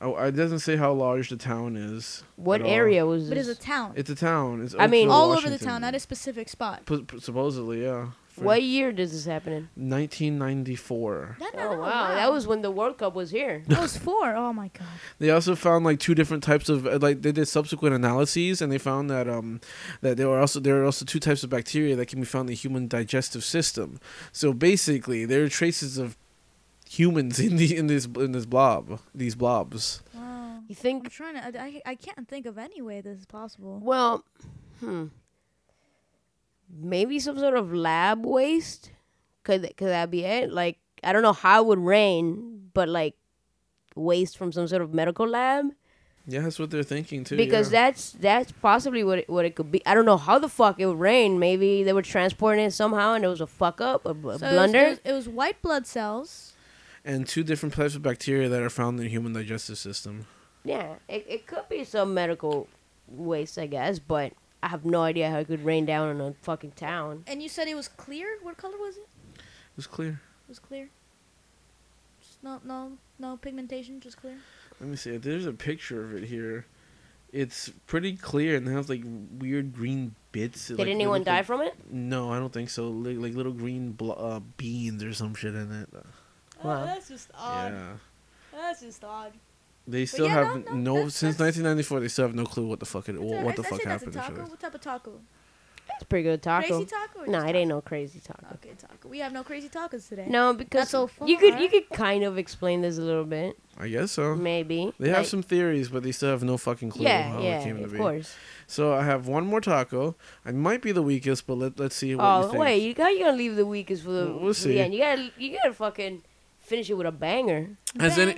Speaker 5: Oh, it doesn't say how large the town is.
Speaker 3: what
Speaker 5: at all.
Speaker 3: area was
Speaker 1: But
Speaker 3: this?
Speaker 1: it's a town.
Speaker 5: It's a town. It's
Speaker 3: I mean-
Speaker 5: Oakville,
Speaker 1: all over the
Speaker 5: Washington.
Speaker 1: town, not a specific spot.
Speaker 5: P- p- supposedly, yeah. For
Speaker 3: what year does this happen in?
Speaker 5: 1994.
Speaker 1: That,
Speaker 3: Oh wow, that was when the World Cup was here.
Speaker 1: that was four. Oh my god.
Speaker 5: They also found like two different types of uh, like they did subsequent analyses and they found that um that there were also there are also two types of bacteria that can be found in the human digestive system. So basically, there are traces of humans (laughs) in the in this in this blob these blobs.
Speaker 1: Wow.
Speaker 3: You
Speaker 1: I'm
Speaker 3: think?
Speaker 1: trying to. I, I, I can't think of any way this is possible.
Speaker 3: Well, hmm. Maybe some sort of lab waste. Could could that be it? Like I don't know how it would rain, but like waste from some sort of medical lab.
Speaker 5: Yeah, that's what they're thinking too.
Speaker 3: because
Speaker 5: yeah.
Speaker 3: that's that's possibly what it, what it could be. I don't know how the fuck it would rain. Maybe they were transporting it somehow, and it was a fuck up, a, b- a
Speaker 1: So it was-
Speaker 3: blunder.
Speaker 1: It was, it was white blood cells.
Speaker 5: and two different types of bacteria that are found in the human digestive system.
Speaker 3: yeah, it, it could be some medical waste, I guess, but I have no idea how it could rain down on a fucking town.
Speaker 1: And you said it was clear. What color was it?
Speaker 5: It's clear.
Speaker 1: It was clear. Just no, no, no pigmentation. Just clear.
Speaker 5: Let me see. There's a picture of it here. It's pretty clear and it has like weird green bits.
Speaker 3: Did anyone die from it?
Speaker 5: No, I don't think so. Li- like little green bl- uh, beans or some shit in it. Oh,
Speaker 3: Wow.
Speaker 1: that's just
Speaker 5: yeah.
Speaker 1: That's just odd.
Speaker 5: They still
Speaker 1: yeah,
Speaker 5: have
Speaker 1: no,
Speaker 5: no,
Speaker 1: no, that's-
Speaker 5: since
Speaker 1: that's-
Speaker 5: 1994. They still have no clue what the fuck it, what, what the fuck
Speaker 1: I,
Speaker 5: happened.
Speaker 1: That's a
Speaker 5: to
Speaker 1: taco.
Speaker 5: it.
Speaker 1: What type of taco?
Speaker 3: That's pretty good taco.
Speaker 1: Crazy taco? or
Speaker 3: No,
Speaker 1: just
Speaker 3: it ain't no crazy taco.
Speaker 1: taco? Okay, taco. We have no crazy tacos today.
Speaker 3: No, because
Speaker 1: so
Speaker 3: you could
Speaker 1: far.
Speaker 3: you could kind of explain this a little bit,
Speaker 5: I guess so.
Speaker 3: maybe.
Speaker 5: They have
Speaker 3: Like,
Speaker 5: some theories, but they still have no fucking clue
Speaker 3: Yeah,
Speaker 5: how it
Speaker 3: yeah,
Speaker 5: came to
Speaker 3: of
Speaker 5: be.
Speaker 3: course.
Speaker 5: So I have one more taco. I might be the weakest, but let let's see what you
Speaker 3: Oh
Speaker 5: think.
Speaker 3: wait, you got you gonna leave the weakest for the,
Speaker 5: We'll- we'll
Speaker 3: for the
Speaker 5: see.
Speaker 3: end. You gotta you gotta fucking finish it with a banger.
Speaker 5: Has any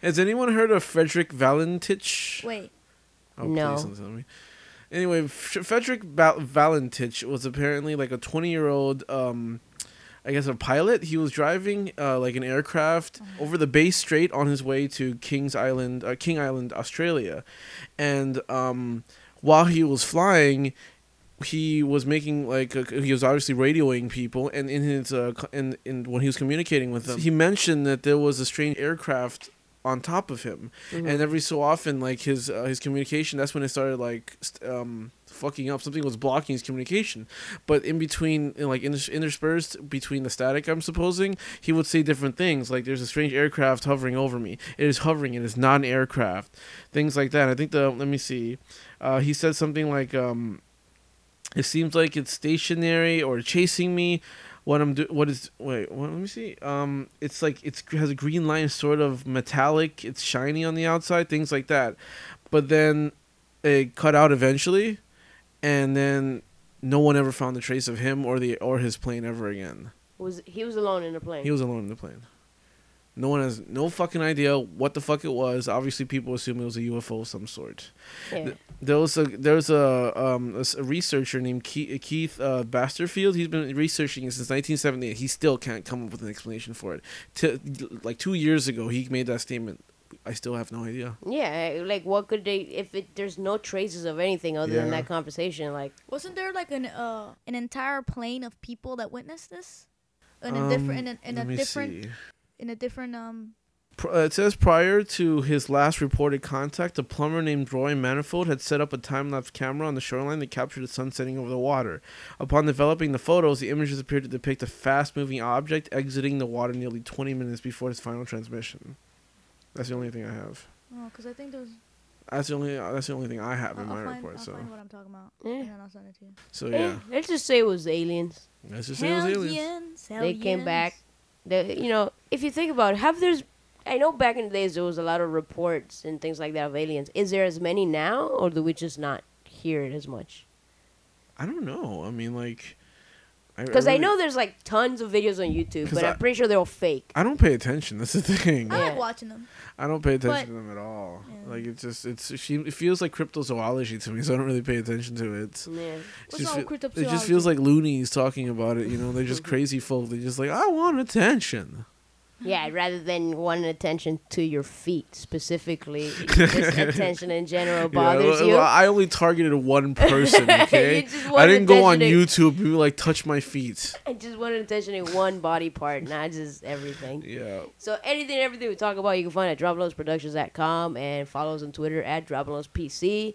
Speaker 5: has anyone heard of Frederick Valentich?
Speaker 1: Wait.
Speaker 5: Oh,
Speaker 3: No.
Speaker 5: please don't tell me. Anyway, F- Frederick Val- Valentich was apparently like a 20 year old, um, I guess, a pilot. He was driving uh, like an aircraft over the Bay Strait on his way to King's Island, uh, King Island, Australia. And um, while he was flying, he was making like a, he was obviously radioing people, and in his uh, co- in in when he was communicating with them, he mentioned that there was a strange aircraft on top of him, and every so often, like his uh, his communication, that's when it started like st- um fucking up. Something was blocking his communication, but in between, in, like inter- interspersed between the static, I'm supposing he would say different things, like "There's a strange aircraft hovering over me. It is hovering. It is not an aircraft." Things like that. I think the let me see, uh, he said something like. um it seems like it's stationary or chasing me. What I'm do what is wait what, let me see um it's like it's has a green line sort of metallic it's shiny on the outside things like that, but then it cut out eventually, and then no one ever found the trace of him or the or his plane ever again.
Speaker 3: Was he was alone in the plane?
Speaker 5: He was alone in the plane. No one has no fucking idea what the fuck it was. Obviously, people assume it was a UFO of some sort.
Speaker 3: yeah.
Speaker 5: There was a there was a um a, s- a researcher named Keith, Keith uh, Basterfield. He's been researching it since 1978. He still can't come up with an explanation for it. T- like two years ago, he made that statement. I still have no idea.
Speaker 3: yeah, like what could they if it, there's no traces of anything other than
Speaker 5: Yeah.
Speaker 3: that conversation? Like
Speaker 1: Wasn't there like an uh, an entire plane of people that witnessed this? In a different in a, in a
Speaker 5: Um, let me
Speaker 1: different
Speaker 5: see.
Speaker 1: in a different um
Speaker 5: Pr- uh, It says prior to his last reported contact, a plumber named Roy Manifold had set up a time lapse camera on the shoreline that captured the sun setting over the water. Upon developing the photos, the images appeared to depict a fast moving object exiting the water nearly 20 minutes before its final transmission. That's the only thing I have.
Speaker 1: oh because I think there was
Speaker 5: That's the only uh, that's the only thing I have
Speaker 1: I'll,
Speaker 5: in
Speaker 1: I'll
Speaker 5: my
Speaker 1: find,
Speaker 5: report.
Speaker 1: I'll
Speaker 5: So
Speaker 1: find what I'm talking about
Speaker 3: Yeah.
Speaker 1: and then I'll send it to you.
Speaker 5: so
Speaker 3: eh,
Speaker 5: yeah,
Speaker 3: let's just say it was aliens.
Speaker 5: let's just say it was aliens.
Speaker 1: Hellions,
Speaker 3: they came
Speaker 1: hellions.
Speaker 3: back. They, you know, if you think about it, have there's I know back in the days there was a lot of reports and things like that of aliens. Is there as many now, or do we just not hear it as much?
Speaker 5: I don't know. I mean, like,
Speaker 3: Because I
Speaker 5: really-
Speaker 3: know there's like tons of videos on YouTube,
Speaker 5: 'Cause
Speaker 3: but I, am
Speaker 5: I-
Speaker 3: pretty sure they're all fake.
Speaker 5: I don't pay attention. That's the thing.
Speaker 1: I like
Speaker 3: Yeah.
Speaker 1: watching them.
Speaker 5: I don't pay attention
Speaker 1: But-
Speaker 5: to them at all.
Speaker 1: Yeah.
Speaker 5: Like it's just it's she it feels like cryptozoology to me, so I don't really pay attention to it.
Speaker 3: Yeah.
Speaker 5: It's
Speaker 1: What's
Speaker 5: just,
Speaker 1: wrong with
Speaker 5: fe-
Speaker 1: cryptozoology?
Speaker 5: it just feels like loonies talking about it. You know,
Speaker 1: (laughs)
Speaker 5: they're just crazy folk. They're just like, I want attention.
Speaker 3: yeah, rather than wanting attention to your feet
Speaker 5: (laughs)
Speaker 3: specifically, just attention in general
Speaker 5: Yeah, well,
Speaker 3: bothers
Speaker 5: well, I only
Speaker 1: (laughs)
Speaker 5: targeted one person. Okay,
Speaker 3: just
Speaker 5: I
Speaker 3: wanted
Speaker 5: didn't go on
Speaker 3: attention
Speaker 5: YouTube. People like touch my feet.
Speaker 3: you. I just wanted attention in one body part, not just everything.
Speaker 5: Yeah,
Speaker 3: So anything and everything we talk about, you can find at droploadsproductions.com and follow us on Twitter at droploadspc.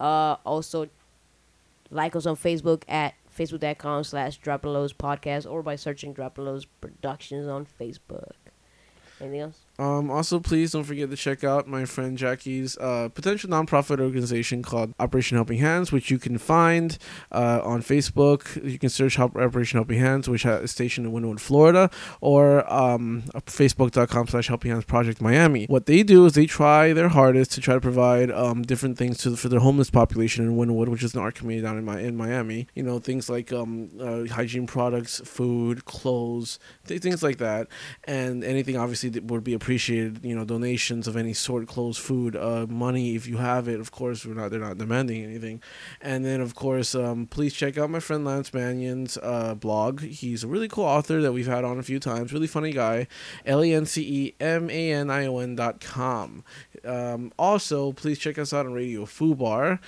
Speaker 3: Uh, also, like us on Facebook at facebook.com slash droploads podcast or by searching droploads productions on Facebook. Anything else?
Speaker 5: Um, also, please don't forget to check out my friend Jackie's uh, potential nonprofit organization called Operation Helping Hands, which you can find uh, on Facebook. You can search Help Operation Helping Hands, which ha- is stationed in Wynwood, Florida, or um, facebook.com slash Helping Hands Project Miami. What they do is they try their hardest to try to provide um, different things to for their homeless population in Wynwood, which is an art community down in, my, in Miami. You know, things like um, uh, hygiene products, food, clothes, th- things like that and anything obviously that would be appreciated you know donations of any sort clothes food uh, money if you have it of course we're not they're not demanding anything and then of course um, please check out my friend lance mannion's uh, blog he's a really cool author that we've had on a few times really funny guy E l-e-n-c-e-m-a-n-i-o-n dot com um, also please check us out on radio fubar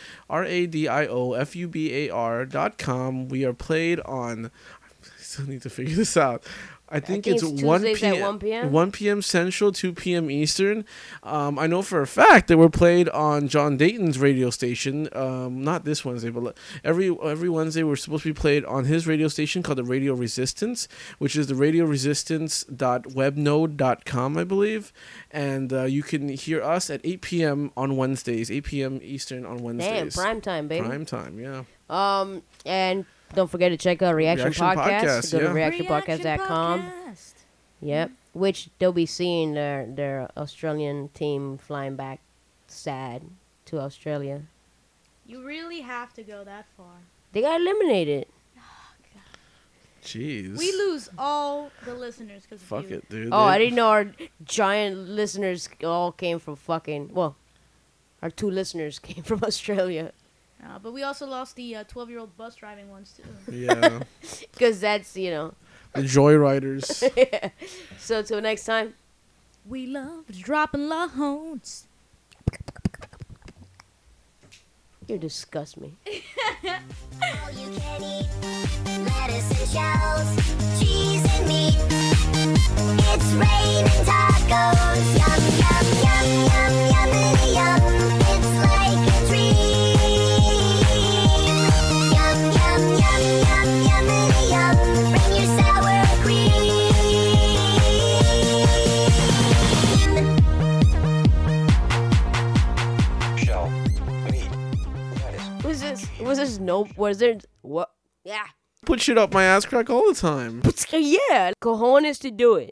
Speaker 5: r-a-d-i-o-f-u-b-a-r dot com we are played on I (laughs) still need to figure this out. I think,
Speaker 3: think
Speaker 5: it's,
Speaker 3: it's
Speaker 5: 1
Speaker 3: Tuesdays
Speaker 5: p.m.
Speaker 3: at 1 p.m.?
Speaker 5: 1 p.m. Central, 2 p.m. Eastern. Um, I know for a fact that we're played on John Dayton's radio station. Um, not this Wednesday, but le- every every Wednesday we're supposed to be played on his radio station called the Radio Resistance, which is the radioresistance.webnode.com, I believe. And uh, you can hear us at 8 p.m. on Wednesdays, 8 p.m. Eastern on
Speaker 3: Damn,
Speaker 5: Wednesdays.
Speaker 3: prime time, baby.
Speaker 5: Prime time, yeah.
Speaker 3: Um, and don't forget to check out Reaction,
Speaker 5: Reaction
Speaker 3: Podcast.
Speaker 5: Podcast,
Speaker 3: Go to
Speaker 5: yeah.
Speaker 3: reactionpodcast.com.
Speaker 1: Podcast.
Speaker 3: Yep. Which they'll be seeing their their Australian team flying back sad to Australia.
Speaker 1: You really have to go that far.
Speaker 3: They got eliminated.
Speaker 5: Jeez.
Speaker 1: We lose all the listeners because
Speaker 5: Fuck
Speaker 1: you.
Speaker 5: it, dude.
Speaker 3: Oh, I
Speaker 5: They-
Speaker 3: didn't know our giant listeners all came from fucking well, our two listeners (laughs) came from Australia
Speaker 1: Uh, but we also lost the uh, 12-year-old bus driving ones too.
Speaker 5: (laughs) Yeah.
Speaker 3: because that's you know. (laughs)
Speaker 5: the Joyriders.
Speaker 3: So till next time,
Speaker 1: we love dropping loans.
Speaker 3: you disgust me.
Speaker 4: All you can eat lettuce and shells, cheese and meat. It's raining tacos. Yum, yum, yum, yum, yummity, yum. It's like a dream. Yum, yum, yum, yum, yummity, yum. Bring your sour cream.
Speaker 6: shell, meat, lettuce.
Speaker 3: Was this? Was this? No. Was there? What? (laughs) Yeah.
Speaker 5: Put shit up my ass crack all the time.
Speaker 3: Yeah. Cojones to do it.